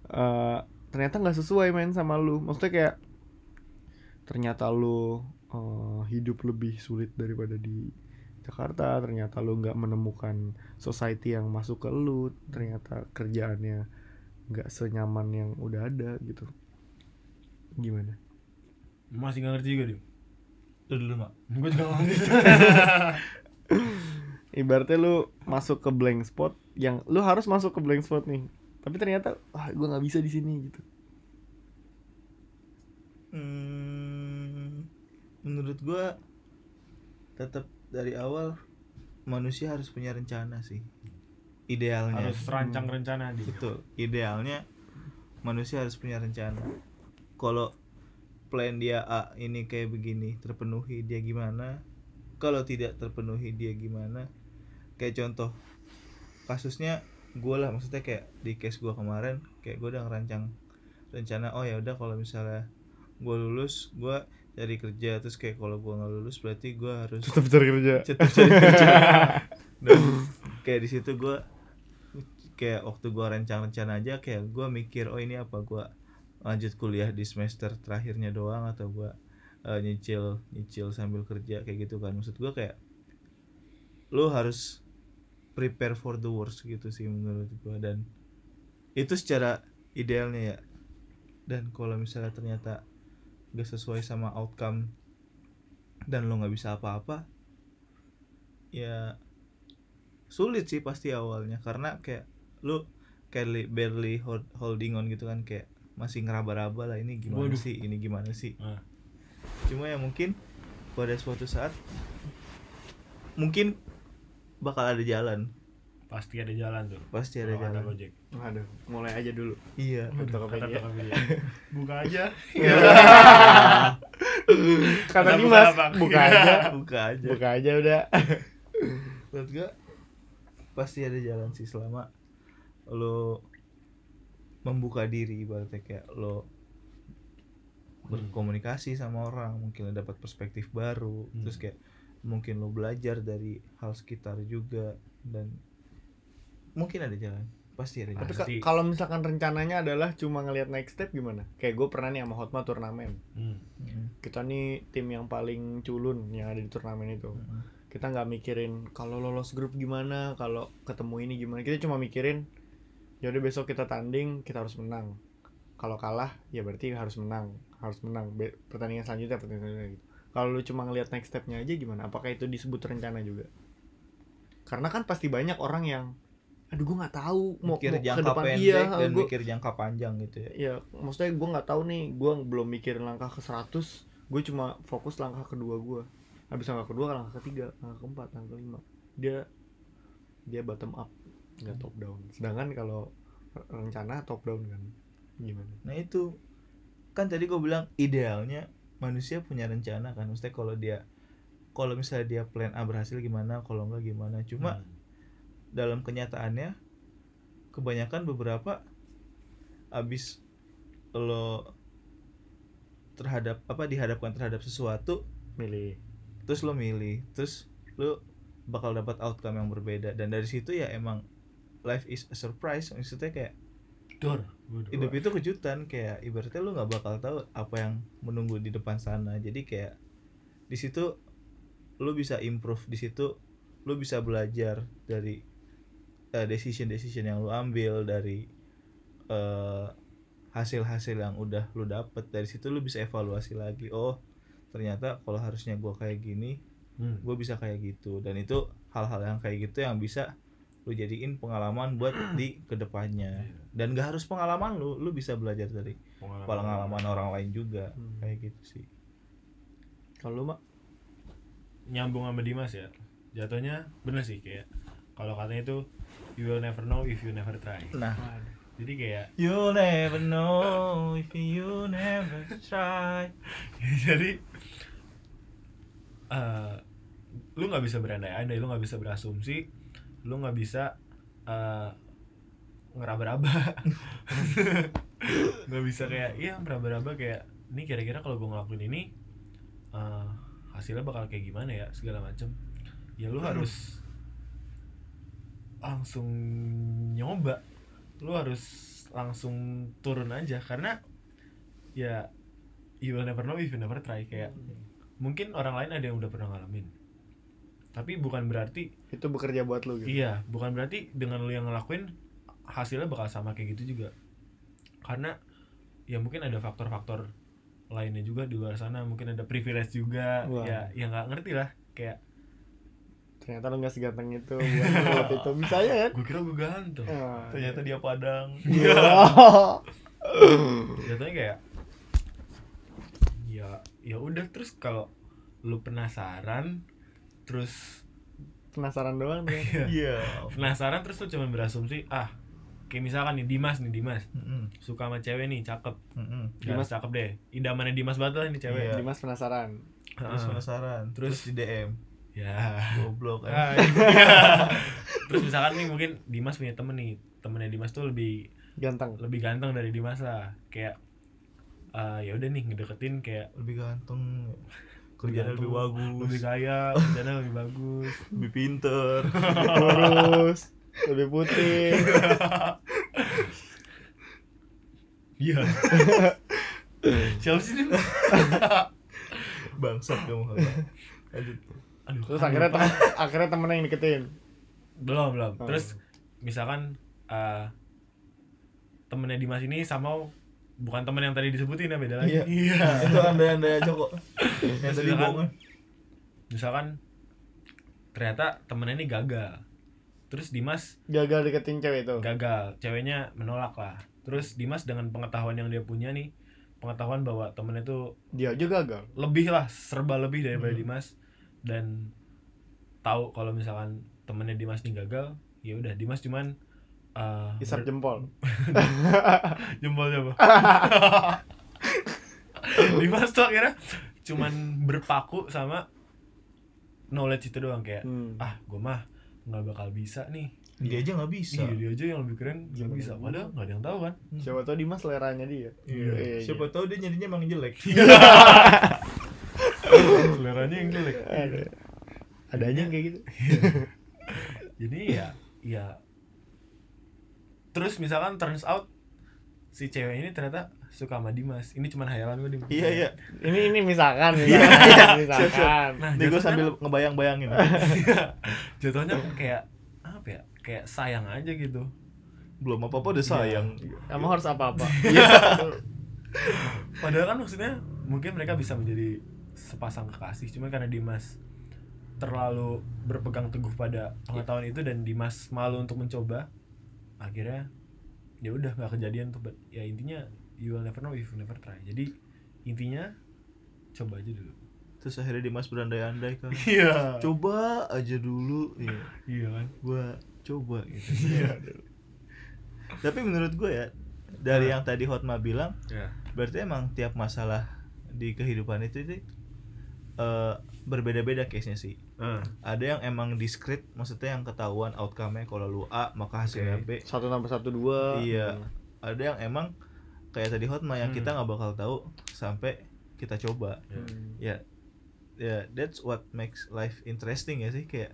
eh ternyata nggak sesuai main sama lu maksudnya kayak ternyata lu eh, hidup lebih sulit daripada di Jakarta ternyata lu nggak menemukan society yang masuk ke lu ternyata kerjaannya nggak senyaman yang udah ada gitu gimana Masih nggak ngerti juga dia. Lu dulu mak. Gue juga nggak ngerti. ibaratnya lu masuk ke blank spot yang lu harus masuk ke blank spot nih tapi ternyata ah gue nggak bisa di sini gitu Hmm, menurut gua tetap dari awal manusia harus punya rencana sih. Idealnya. Harus rancang rencana di. Betul. Idealnya manusia harus punya rencana. Kalau plan dia A ini kayak begini, terpenuhi dia gimana? Kalau tidak terpenuhi dia gimana? Kayak contoh kasusnya gue lah maksudnya kayak di case gue kemarin kayak gue udah ngerancang rencana oh ya udah kalau misalnya gue lulus gue cari kerja terus kayak kalau gue nggak lulus berarti gue harus tetap cari kerja Cetup cari kerja. Dan kayak di situ gue kayak waktu gue rencang-rencana aja kayak gue mikir oh ini apa gue lanjut kuliah di semester terakhirnya doang atau gue nyicil nyicil sambil kerja kayak gitu kan maksud gue kayak lu harus prepare for the worst gitu sih menurut gue dan itu secara idealnya ya dan kalau misalnya ternyata gak sesuai sama outcome dan lo nggak bisa apa-apa ya sulit sih pasti awalnya karena kayak lu kayak li- barely hold- holding on gitu kan kayak masih ngeraba-raba lah ini gimana Waduh. sih ini gimana sih Ah. cuma ya mungkin pada suatu saat mungkin bakal ada jalan Pasti ada jalan tuh. pasti ada Kalau Oh, ada jalan Gojek. aduh mulai aja dulu iya Kata Tokopedia. Buka aja. kata Kenapa, Dimas kenapa? buka aja buka aja buka aja udah menurut gua pasti ada jalan sih selama lo membuka diri ibaratnya kayak lo berkomunikasi sama orang mungkin lo dapat perspektif baru Hmm. terus kayak mungkin lo belajar dari hal sekitar juga dan mungkin ada jalan pasti ada Tapi jalan ka- Pasti. kalau misalkan rencananya adalah cuma ngelihat next step gimana? Kayak gue pernah nih sama Hotma turnamen. Hmm. Mm. Kita nih tim yang paling culun yang ada di turnamen itu. Mm. Kita nggak mikirin kalau lolos grup gimana, kalau ketemu ini gimana. Kita cuma mikirin jadi besok kita tanding, kita harus menang. Kalau kalah ya berarti harus menang, harus menang. Be- pertandingan selanjutnya pertandingan selanjutnya gitu. Kalau lu cuma ngelihat next stepnya aja gimana? Apakah itu disebut rencana juga? Karena kan pasti banyak orang yang aduh gue nggak tahu mau, mau mikir ke jangka depan pendek iya, dan gua- mikir jangka panjang gitu ya ya maksudnya gue nggak tahu nih gue belum mikirin langkah ke 100 gue cuma fokus langkah kedua gue habis langkah kedua kan langkah ketiga langkah keempat langkah kelima dia dia bottom up nggak top down sedangkan kalau re- rencana top down kan gimana Nah itu kan tadi gue bilang idealnya manusia punya rencana kan. Maksudnya kalau dia kalau misalnya dia plan A berhasil gimana, kalau enggak gimana. Hmm. Cuma dalam kenyataannya kebanyakan beberapa abis lo terhadap apa dihadapkan terhadap sesuatu milih terus lo milih terus lo bakal dapat outcome yang berbeda dan dari situ ya emang life is a surprise maksudnya kayak Dor. hidup itu kejutan kayak ibaratnya lu nggak bakal tahu apa yang menunggu di depan sana jadi kayak di situ lu bisa improve di situ lu bisa belajar dari decision decision yang lu ambil dari eh, hasil-hasil yang udah lu dapet dari situ lu bisa evaluasi lagi oh ternyata kalau harusnya gua kayak gini Hmm. gue bisa kayak gitu dan itu hal-hal yang kayak gitu yang bisa lu jadiin pengalaman buat di kedepannya dan gak harus pengalaman lu lu bisa belajar dari Iya. pengalaman orang lain juga Hmm. kayak gitu sih kalau lu, mak nyambung sama Dimas ya jatuhnya bener sih kayak kalau katanya itu you will never know if you never try nah jadi kayak you never know if you never try jadi eh lu nggak bisa berandai-andai lu nggak bisa berasumsi lu nggak bisa eh ngeraba-raba nggak bisa kayak iya meraba-raba kayak ini kira-kira kalau gue ngelakuin ini eh hasilnya bakal kayak gimana ya segala macem ya lu harus langsung nyoba lu harus langsung turun aja karena ya you will never know if you never try Ya, kayak mungkin orang lain ada yang udah pernah ngalamin tapi bukan berarti itu bekerja buat lu gitu iya bukan berarti dengan lu yang ngelakuin hasilnya bakal sama kayak gitu juga karena ya mungkin ada faktor-faktor lainnya juga di luar sana mungkin ada privilege juga Wah. ya ya nggak ngerti lah kayak ternyata lu nggak seganteng itu buat lu waktu itu bisa ya kan gue kira gue ganteng Ah. ternyata dia padang Iya. jatuhnya kayak ya ya udah terus kalau lu penasaran terus penasaran doang kan iya penasaran terus lu cuman berasumsi ah kayak misalkan nih Dimas nih Dimas Mm-mm, suka sama cewek nih cakep mm-mm. Dimas cakep deh idamannya Dimas banget lah nih cewek Iya. Dimas penasaran terus Ah. penasaran terus, di DM ya goblok kan Ah, iya. terus misalkan nih mungkin Dimas punya temen nih temennya Dimas tuh lebih ganteng lebih ganteng dari Dimas lah kayak ah, ya udah nih ngedeketin kayak lebih ganteng kerjaan lebih bagus lebih kaya kerjanya lebih bagus lebih pinter kurus lebih putih iya siapa sih Dim? bangsat kamu lanjut Aduh, Terus kan akhirnya lupa. temen, akhirnya temennya yang deketin. belum belum Oh. terus misalkan eh temennya Dimas ini sama bukan temen yang tadi disebutin ya beda lagi Iya. itu andai-andai aja kok yang tadi Silakan. bohongan misalkan ternyata temennya ini gagal terus Dimas Gagal deketin cewek itu. gagal ceweknya menolak lah terus Dimas dengan pengetahuan yang dia punya nih pengetahuan bahwa temennya itu Dia aja gagal. lebih lah serba lebih daripada Dimas dan tahu kalau misalkan temennya Dimas ini gagal ya udah Dimas cuman eh, Isap jempol. jempolnya apa? Dimas tuh akhirnya cuman berpaku sama knowledge itu doang kayak Hmm. ah gue mah nggak bakal bisa nih dia aja nggak bisa Iya dia aja yang lebih keren nggak bisa. Padahal nggak ada yang tahu kan. Siapa tau Dimas seleranya dia. Iya. siapa tahu dia nyarinya emang jelek Seleranya yang jelek. Ada. Adanya Eh, kayak gitu. Jadi ya ya. Terus misalkan turns out si cewek ini ternyata suka sama Dimas. Ini cuma hayalan gue Dimas. Iya iya. Ini ini misalkan Iya. misalkan. misalkan. Nah, Nih gue jatuhnya- sambil ngebayang-bayangin jatuhnya kayak apa ya? Kayak sayang aja gitu. belum apa-apa udah sayang Kamu harus apa-apa. Iya. Padahal kan maksudnya mungkin mereka bisa menjadi sepasang kekasih, cuman karena Dimas terlalu berpegang teguh pada pengetahuan itu dan Dimas malu untuk mencoba, akhirnya ya udah nggak kejadian tuh. But Ya intinya you will never know if you never try. Jadi intinya coba aja dulu. terus akhirnya Dimas berandai-andai kan Iya. coba aja dulu iya Iya kan. gua coba gitu tapi menurut gue ya dari yang tadi Hotma bilang Iya. berarti emang tiap masalah di kehidupan itu sih eh, berbeda-beda case nya sih Ah. ada yang emang discrete maksudnya yang ketahuan outcome-nya kalau lu A maka hasilnya B Satu tambah satu dua. iya ada yang emang kayak tadi Hotma yang Hmm. kita nggak bakal tahu sampai kita coba Iya. Hmm. ya ya that's what makes life interesting ya sih kayak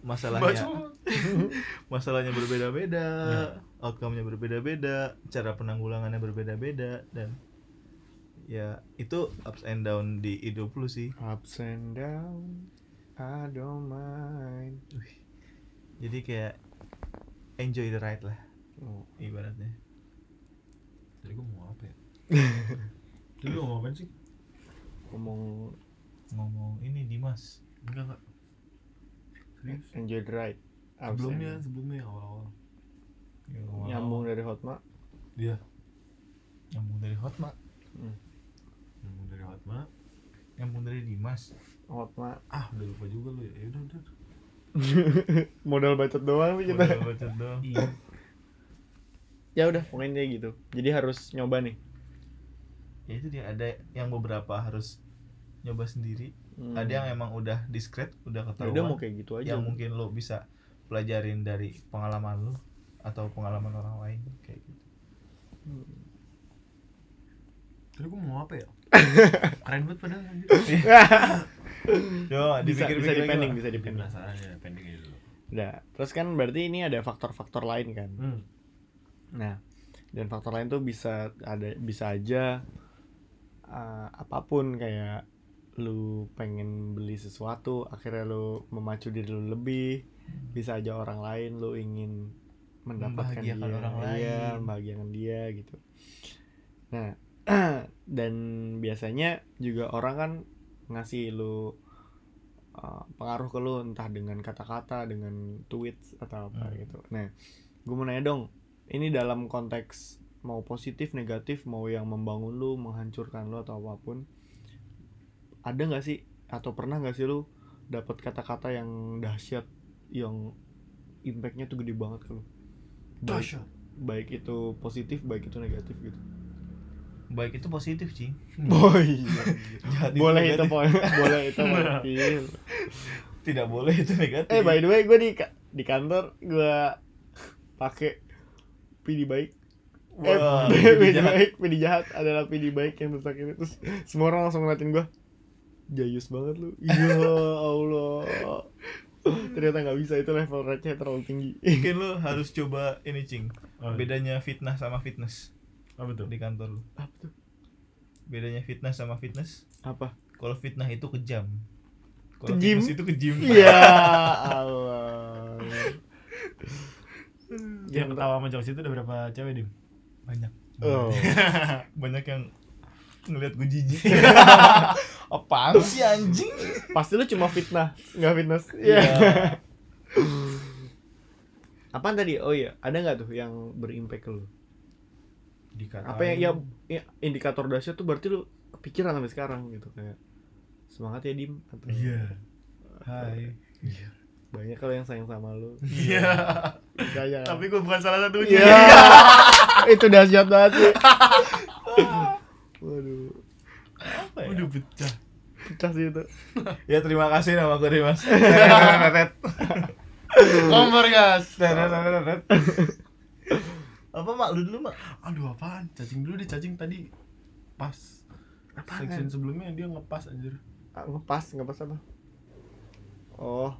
masalahnya masalahnya berbeda-beda outcome-nya berbeda-beda cara penanggulangannya berbeda-beda dan ya itu ups and down di hidup lu sih Ups and down. I don't mind. jadi kayak enjoy the ride lah Oh. ibaratnya Jadi gue mau apa ya? Jadi lu mau apa sih? Ngomong ngomong ini Dimas Enggak enggak. Serius? enjoy the ride. Ups and Sebelumnya, down. sebelumnya awal-awal. Ya, ngomong- Nyambung dari Hotma. Iya. nyambung dari Hotma Ngomong dari Hotma. nyambung dari Dimas Hotma. Ah, udah lupa juga lu ya. Ya udah, udah. Modal bacot doang nih kita. Udah bacot doang. Iya. Ya udah, pokoknya dia gitu. Jadi harus nyoba nih. ya itu dia ada yang beberapa harus nyoba sendiri Hmm. ada yang emang udah discreet udah Ya ketahuan udah mau kayak gitu aja. yang mungkin lo bisa pelajarin dari pengalaman lo atau pengalaman orang lain kayak gitu Tadi gue mau apa ya? Keren banget padahal anjir. coba bisa, bisa gitu. dipikir-pikir di pending, lagi lah. bisa di pending. penasaran ya, pending aja dulu. Nah, terus kan berarti ini ada faktor-faktor lain kan. Hmm. Nah, dan faktor lain tuh bisa ada bisa aja uh, apapun kayak lu pengen beli sesuatu, akhirnya lu memacu diri lu lebih, bisa aja orang lain lu ingin mendapatkan dia, Membahagiakan orang iya, lain. membahagiakan dia gitu. Nah, dan biasanya juga orang kan ngasih lu uh, pengaruh ke lu entah dengan kata-kata, dengan tweets atau apa Hmm. gitu. Nah, gue mau nanya dong, ini dalam konteks mau positif, negatif, mau yang membangun lu, menghancurkan lu atau apapun, ada nggak sih atau pernah nggak sih lu dapat kata-kata yang dahsyat yang impactnya tuh gede banget ke lu? Baik, Dahsyat. baik itu positif, baik itu negatif gitu. baik itu positif sih Boy, Jahat itu boleh itu negatif. poin, Nah. boleh itu poin. tidak boleh itu negatif Eh by the way gue di ka- di kantor gue pakai pidi baik. eh, Wah, pidi pidi jahat. baik, pidi jahat adalah pidi baik yang rusak ini terus semua orang langsung ngeliatin gue jayus banget lu ya Allah ternyata nggak bisa itu level receh terlalu tinggi mungkin lo harus coba ini cing Oh, bedanya fitnah sama fitness Apa tuh? di kantor lo apa tuh bedanya fitnah sama fitness apa kalau fitnah itu kejam kalau Kejim? fitness itu kejam ya Allah Dia ketawa sama cowok situ ada berapa cewek, Dim? banyak oh banyak yang ngelihat gue jijik apaan sih anjing pasti lu cuma fitnah nggak fitness Iya. Iya. apaan tadi oh iya ada nggak tuh yang berimpact ke lu Dikatain. apa yang ya, ya, indikator dahsyat tuh berarti lu kepikiran sampai sekarang gitu kayak semangat ya dim atau Iya. Hai. banyak kalau yang sayang sama lu Iya. kayak Tapi gue bukan salah satunya. iya itu dahsyat banget sih. waduh apa ya? Udah pecah. pecah sih itu ya terima kasih nama gue Dimas kompor gas Apa mak lu dulu mak? aduh apaan cacing dulu deh cacing tadi pas section sebelumnya dia ngepas anjir Ah, ngepas ngepas apa oh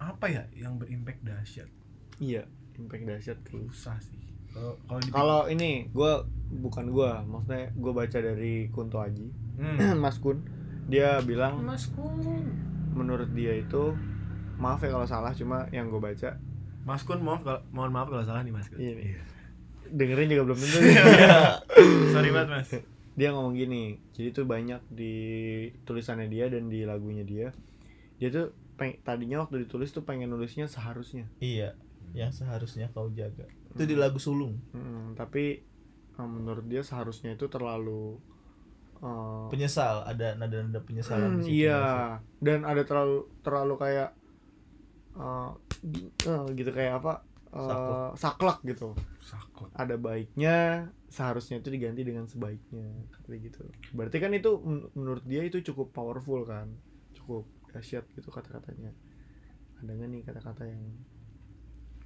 apa ya yang berimpact dahsyat iya impact dahsyat tuh susah sih kalau kalau dipikir- kalau ini gua bukan gua maksudnya gua baca dari Kunto Aji Hmm. Mas Kun dia bilang menurut dia itu maaf ya kalau salah cuma yang gue baca Mas Kun maaf kalau mohon maaf kalau salah nih Mas Kun. Iya nih. dengerin juga belum tentu sorry banget mas dia ngomong gini jadi tuh banyak di tulisannya dia dan di lagunya dia dia tuh peng- tadinya waktu ditulis tuh pengen nulisnya seharusnya Iya, yang seharusnya kau jaga. Itu di lagu sulung. Mm, tapi eh, menurut dia seharusnya itu terlalu eh, Penyesal, ada nada-nada penyesalan Hmm, di situ. iya dan ada terlalu terlalu kayak eh, gi- eh, gitu kayak apa eh, Saklek. saklek gitu sakot ada baiknya seharusnya itu diganti dengan sebaiknya kayak gitu berarti kan itu men- menurut dia itu cukup powerful kan cukup dahsyat gitu kata-katanya ada nggak nih kata-kata yang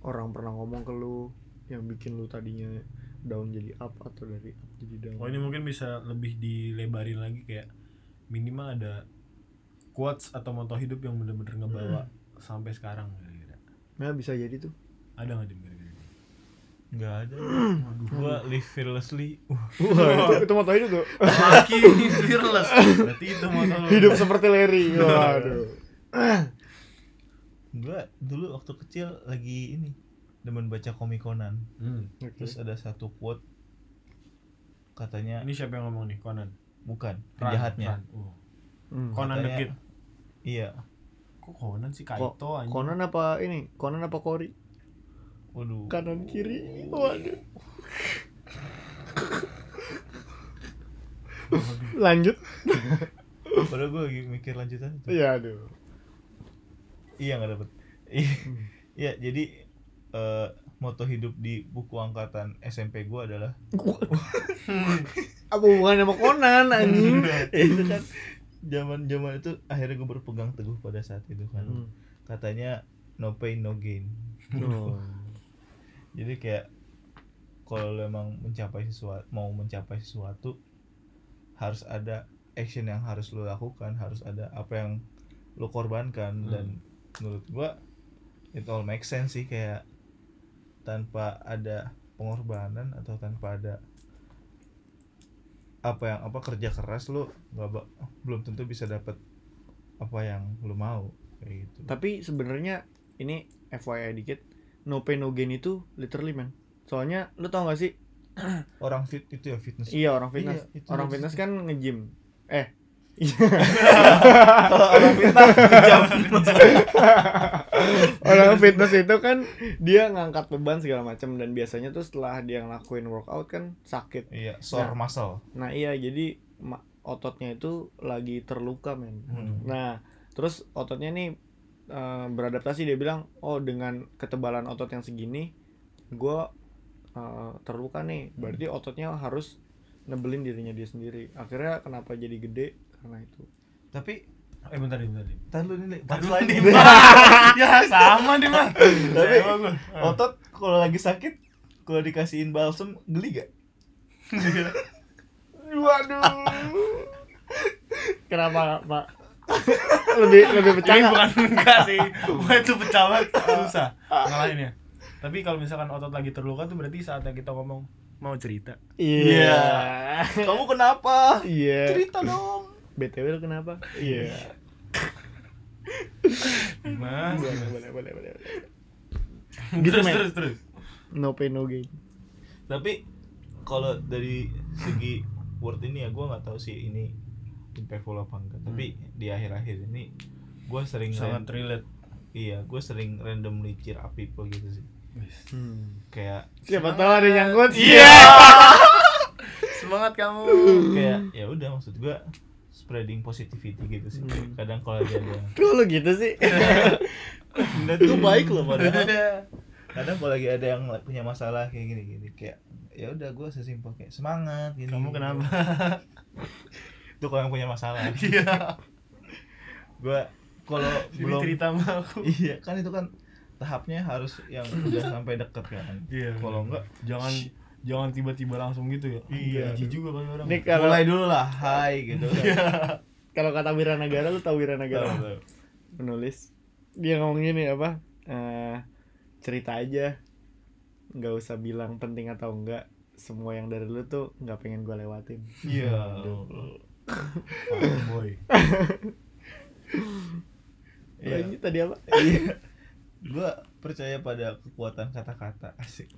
orang pernah ngomong ke lu yang bikin lu tadinya down jadi up atau dari up jadi down oh ini mungkin bisa lebih dilebarin lagi kayak minimal ada quotes atau moto hidup yang bener-bener ngebawa Hmm. sampai sekarang kira-kira nah bisa jadi tuh ada nggak dim kira-kira Enggak ada. Gua live fearlessly. Uh, Wah, itu, itu moto hidup tuh laki fearless berarti itu moto lu. hidup seperti Larry waduh Gua dulu waktu kecil lagi ini demen baca komik Conan. Hmm. Terus ada satu quote katanya ini siapa yang ngomong nih Conan bukan Ran, penjahatnya. Ran. Oh. Hmm. Conan the Katanya- Kid Iya. kok Conan sih Ko- Kaito anjing Conan apa ini Conan apa Cory Waduh. kanan kiri waduh lanjut Padahal gua lagi mikir lanjutan itu. ya aduh Iya nggak dapet. Iya jadi eh, moto hidup di buku angkatan SMP gua adalah apa hubungannya sama Conan anjing itu kan zaman zaman itu akhirnya gue berpegang teguh pada saat itu kan Hmm. katanya no pain no gain Hmm. jadi kayak kalau lo emang mencapai sesuatu mau mencapai sesuatu harus ada action yang harus lo lakukan harus ada apa yang lo korbankan dan menurut gua it all make sense sih kayak tanpa ada pengorbanan atau tanpa ada apa yang apa kerja keras lo nggak ba- belum tentu bisa dapat apa yang lo mau kayak gitu tapi sebenarnya ini FYI dikit no pain no gain itu literally man soalnya lu tau gak sih orang fit itu ya fitness iya orang fitness Iya, itu orang maksudnya. fitness kan nge-gym eh orang fitnah kejam orang fitness itu kan dia ngangkat beban segala macam dan biasanya tuh setelah dia ngelakuin workout kan sakit iya sore muscle Nah iya jadi ma- ototnya itu lagi terluka men. Hmm. Nah terus ototnya nih eh, beradaptasi dia bilang oh dengan ketebalan otot yang segini gue terluka nih. Berarti ototnya harus nebelin dirinya dia sendiri. Akhirnya kenapa jadi gede karena itu. tapi eh bentar dim bentar dim tar lu nih Tar dulu, punchline Dim. dulu. ya sama dim ah Tapi- Sama gua. otot kalau lagi sakit kalau dikasihin balsem geli gak Waduh. kenapa pak? lebih lebih ini bercanda. bukan enggak sih Wah, itu Ah. pecah banget susah ngalahin ya tapi kalau misalkan otot lagi terluka tuh berarti saatnya kita ngomong Mau cerita? Iya. kamu kenapa Iya. cerita dong BTW lu kenapa? Iya. mas Boleh, boleh, boleh, boleh. Gitu, Iya. terus men. terus terus No pain no gain. tapi kalau dari segi word ini ya gua nggak tahu sih ini impactful apa enggak tapi di akhir-akhir ini gua sering ran- sangat relate iya gua sering randomly cheer up people gitu sih kayak Siapa tahu ada nyangkut. Iya. semangat kamu kayak ya udah maksud gua spreading positivity gitu sih kadang kalau dia ada Kok lu gitu sih? dan itu baik loh padahal Iya. kadang kalau lagi ada yang punya masalah kayak gini gini kayak ya udah gua sesimpel kayak semangat gini kamu kenapa itu kalau yang punya masalah iya gua kalau belum belum cerita sama aku iya kan itu kan tahapnya harus yang udah sampai deket kan Iya. kalau enggak jangan jangan tiba-tiba langsung gitu ya Iya. Jijik juga kali orang Ini kalau mulai dulu lah hai gitu Iya. kan kalau kata Wiranagara lu tahu Wiranagara? Tahu, tahu. penulis dia ngomong gini apa eh, cerita aja nggak usah bilang penting atau enggak semua yang dari lu tuh nggak pengen gue lewatin iya Ah, boy Iya. iya tadi apa Iya. gua percaya pada kekuatan kata-kata asik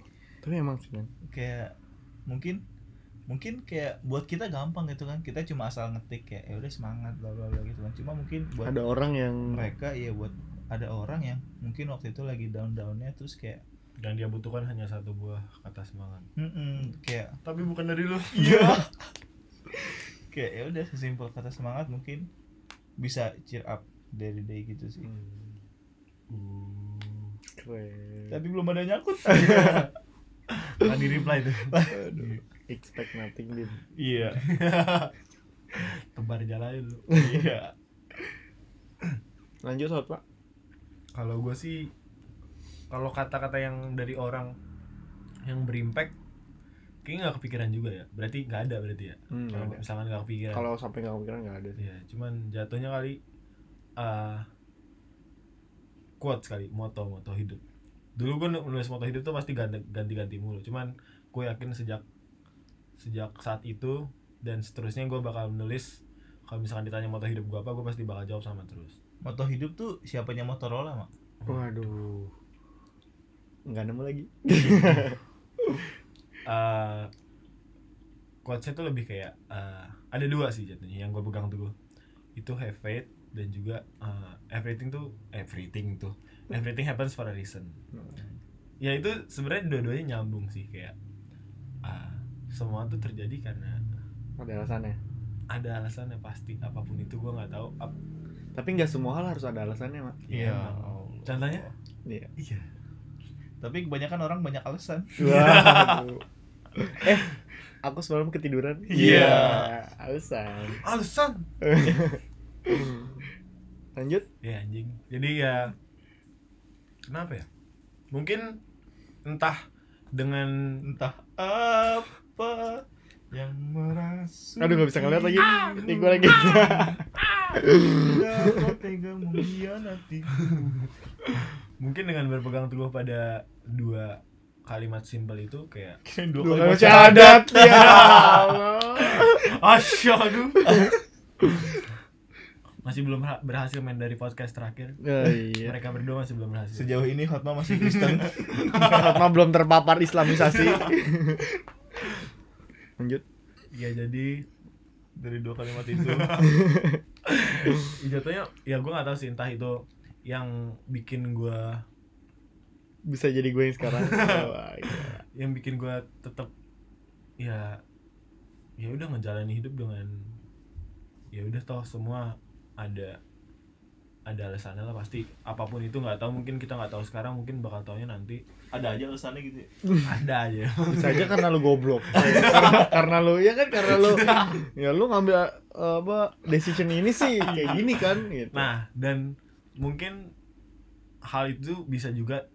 tapi emang sih kan kayak mungkin mungkin kayak buat kita gampang gitu kan kita cuma asal ngetik kayak ya udah semangat bla bla bla gitu kan cuma mungkin buat ada orang yang mereka ya buat ada orang yang mungkin waktu itu lagi down downnya terus kayak dan dia butuhkan hanya satu buah kata semangat "Mm-mm," kayak tapi bukan dari lu iya kayak ya udah sesimpel kata semangat mungkin bisa cheer up dari day gitu sih Hmm, Hmm. keren tapi belum ada nyakut Nggak di reply tuh Aduh, expect nothing din iya tebar jalan lu iya lanjut soal pak kalau gue sih kalau kata-kata yang dari orang yang berimpact kayaknya nggak kepikiran juga ya berarti nggak ada berarti ya Hmm, nggak kalau ada. misalkan nggak kepikiran kalau sampai nggak kepikiran nggak ada sih ya cuman jatuhnya kali eh quotes kali moto moto hidup dulu gue nulis moto hidup tuh pasti ganti- ganti-ganti mulu cuman gue yakin sejak sejak saat itu dan seterusnya gue bakal menulis kalau misalkan ditanya moto hidup gue apa gue pasti bakal jawab sama terus moto hidup tuh siapanya Motorola mak waduh nggak nemu lagi eh quotesnya tuh lebih kayak eh, ada dua sih jatuhnya yang gue pegang tuh gue itu have faith dan juga eh, everything tuh everything tuh everything happens for a reason Hmm. ya itu sebenarnya dua-duanya nyambung sih kayak ah, semua tuh terjadi karena ada alasannya ada alasannya pasti apapun itu gua nggak tahu Ap- tapi nggak semua hal harus ada alasannya mak Iya, ya emang. contohnya iya iya tapi kebanyakan orang banyak alasan Iya. Waduh. eh, aku semalam ketiduran. Iya. Alasan. alasan Lanjut. ya anjing jadi ya kenapa ya mungkin entah dengan entah apa yang merasa Aduh nggak bisa ngeliat lagi. Ini gue lagi. kau tega mengkhianati mungkin dengan berpegang teguh pada dua kalimat simpel itu kayak Dua kali syahadat. Ya iya. Allah. asyhadu masih belum ha- berhasil main dari podcast terakhir Oh, iya. mereka berdua masih belum berhasil sejauh ini Fatma masih Kristen Fatma belum terpapar Islamisasi. Lanjut. ya jadi dari dua kalimat itu jatuhnya ya gue nggak tahu sih entah itu yang bikin gue Bisa jadi gue yang sekarang. Wah, gila. yang bikin gue tetap ya ya udah ngejalani hidup dengan ya udah toh semua ada ada alasannya lah pasti apapun itu nggak tahu mungkin kita nggak tahu sekarang mungkin bakal taunya nanti ada aja alasannya gitu ya. ada aja Bisa aja karena lu goblok. karena, karena lu ya kan karena lu ya lu ngambil eh, apa decision ini sih kayak gini kan gitu. Nah, dan mungkin hal itu bisa juga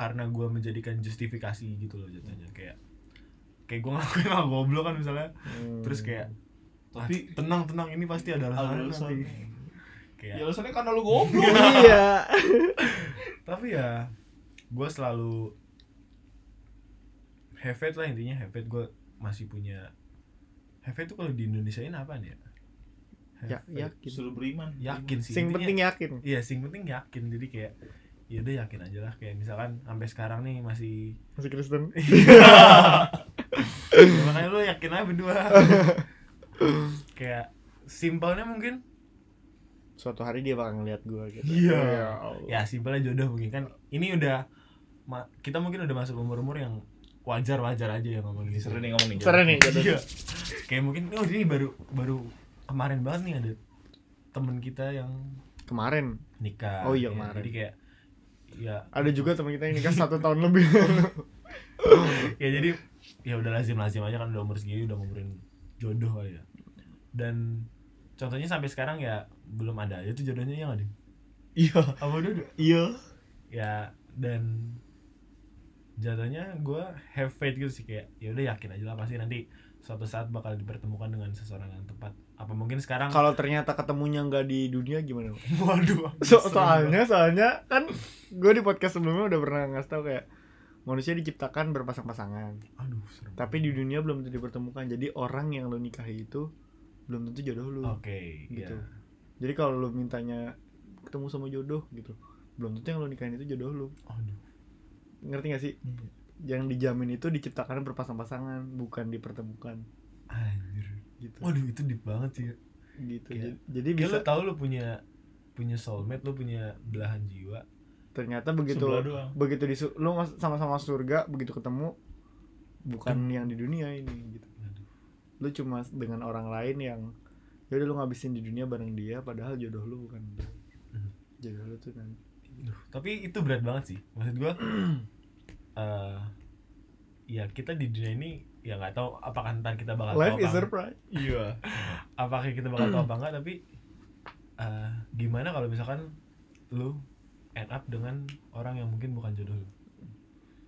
karena gua menjadikan justifikasi gitu loh jatuhnya kayak kayak gue ngakuin lah goblok kan misalnya Hmm. terus kayak Tapi- "Ah, tenang tenang ini pasti ada alasannya nanti alasannya ya kayak alasannya karena lu goblok iya. tapi ya gua selalu have faith lah intinya have faith gue masih punya have faith tuh kalau di Indonesia ini apa nih ya Have ya faith. yakin suruh beriman yakin sih sing intinya- penting ya. yakin Iya, sing penting yakin. Jadi kayak ya udah yakin aja lah kayak misalkan sampai sekarang nih masih masih Kristen Ya, makanya lu yakin aja berdua. kayak simpelnya mungkin suatu hari dia bakal ngeliat gua gitu Iya. Ya Allah. ya simpelnya jodoh mungkin kan ini udah ma- kita mungkin udah masuk umur-umur yang wajar-wajar aja ya ngomong Iya, gitu. seru nih ngomong nih keren nih gitu. jodoh. Iya. Kayak mungkin oh ini baru baru kemarin banget nih ada temen kita yang kemarin nikah. Oh iya, Ya, kemarin. Jadi kayak ya ada juga teman kita yang nikah satu tahun lebih ya jadi ya udah lazim lazim aja kan udah umur segini udah ngumurin jodoh kali ya dan contohnya sampai sekarang ya belum ada aja tuh jodohnya ya nggak Dim? Iya. apa dulu Iya. ya dan jatuhnya gue have faith gitu sih kayak ya udah yakin aja lah pasti nanti suatu saat bakal dipertemukan dengan seseorang yang tepat apa mungkin sekarang Kalau ternyata ketemunya nggak di dunia gimana? waduh So, serem banget. soalnya soalnya kan gue di podcast sebelumnya udah pernah ngasih tau kayak manusia diciptakan berpasang-pasangan aduh serem tapi di dunia belum tentu dipertemukan jadi orang yang lo nikahi itu belum tentu jodoh lu oke gitu gitu jadi kalau lo mintanya ketemu sama jodoh gitu belum tentu yang lo nikahin itu jodoh lu aduh ngerti gak sih Hmm. Iya. yang dijamin itu diciptakan berpasang-pasangan bukan dipertemukan anjir gitu waduh itu deep banget sih gitu Oh, Iya. Jadi- jadi kayak bisa lu tahu lu punya punya soulmate lu punya belahan jiwa ternyata begitu Sebelah doang. begitu di su- lu ngas- sama-sama surga begitu ketemu bukan yang di dunia ini gitu Aduh. lu cuma s- dengan orang lain yang ya udah lu ngabisin di dunia bareng dia padahal jodoh lu bukan dia. Hmm. jodoh lu tuh kan Duh, tapi itu berat banget sih maksud gua eh ya kita di dunia ini ya nggak tahu apakah ntar kita bakal life tahu is apa surprise Iya. apakah kita bakal tahu apa enggak tapi eh, gimana kalau misalkan lu end up dengan orang yang mungkin bukan jodoh lu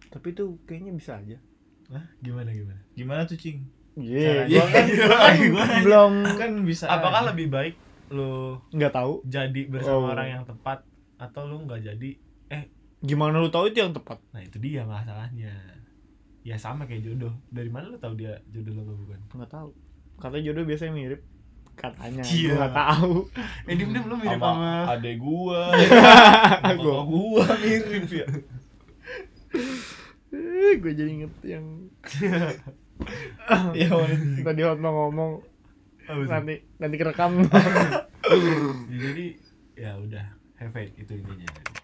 tapi itu kayaknya bisa aja Hah? gimana gimana Gimana tuh, Cing? Iya, Caranya. gua kan, kan Gimana? belum Kan bisa. apakah lebih baik lu nggak tahu jadi bersama Oh. orang yang tepat atau lu nggak jadi gimana lu tahu itu yang tepat nah itu dia masalahnya ya sama kayak jodoh dari mana lu tahu dia jodoh lu atau bukan nggak tahu katanya jodoh biasanya mirip katanya Iya. gua nggak tahu eh diem diem lu mirip sama Iya, sama adek gua? Gua- Gua gua mirip ya. Eh, gue jadi inget yang Ya, tadi Hotma ngomong Apa tuh? nanti nanti kerekam jadi ya udah have faith itu intinya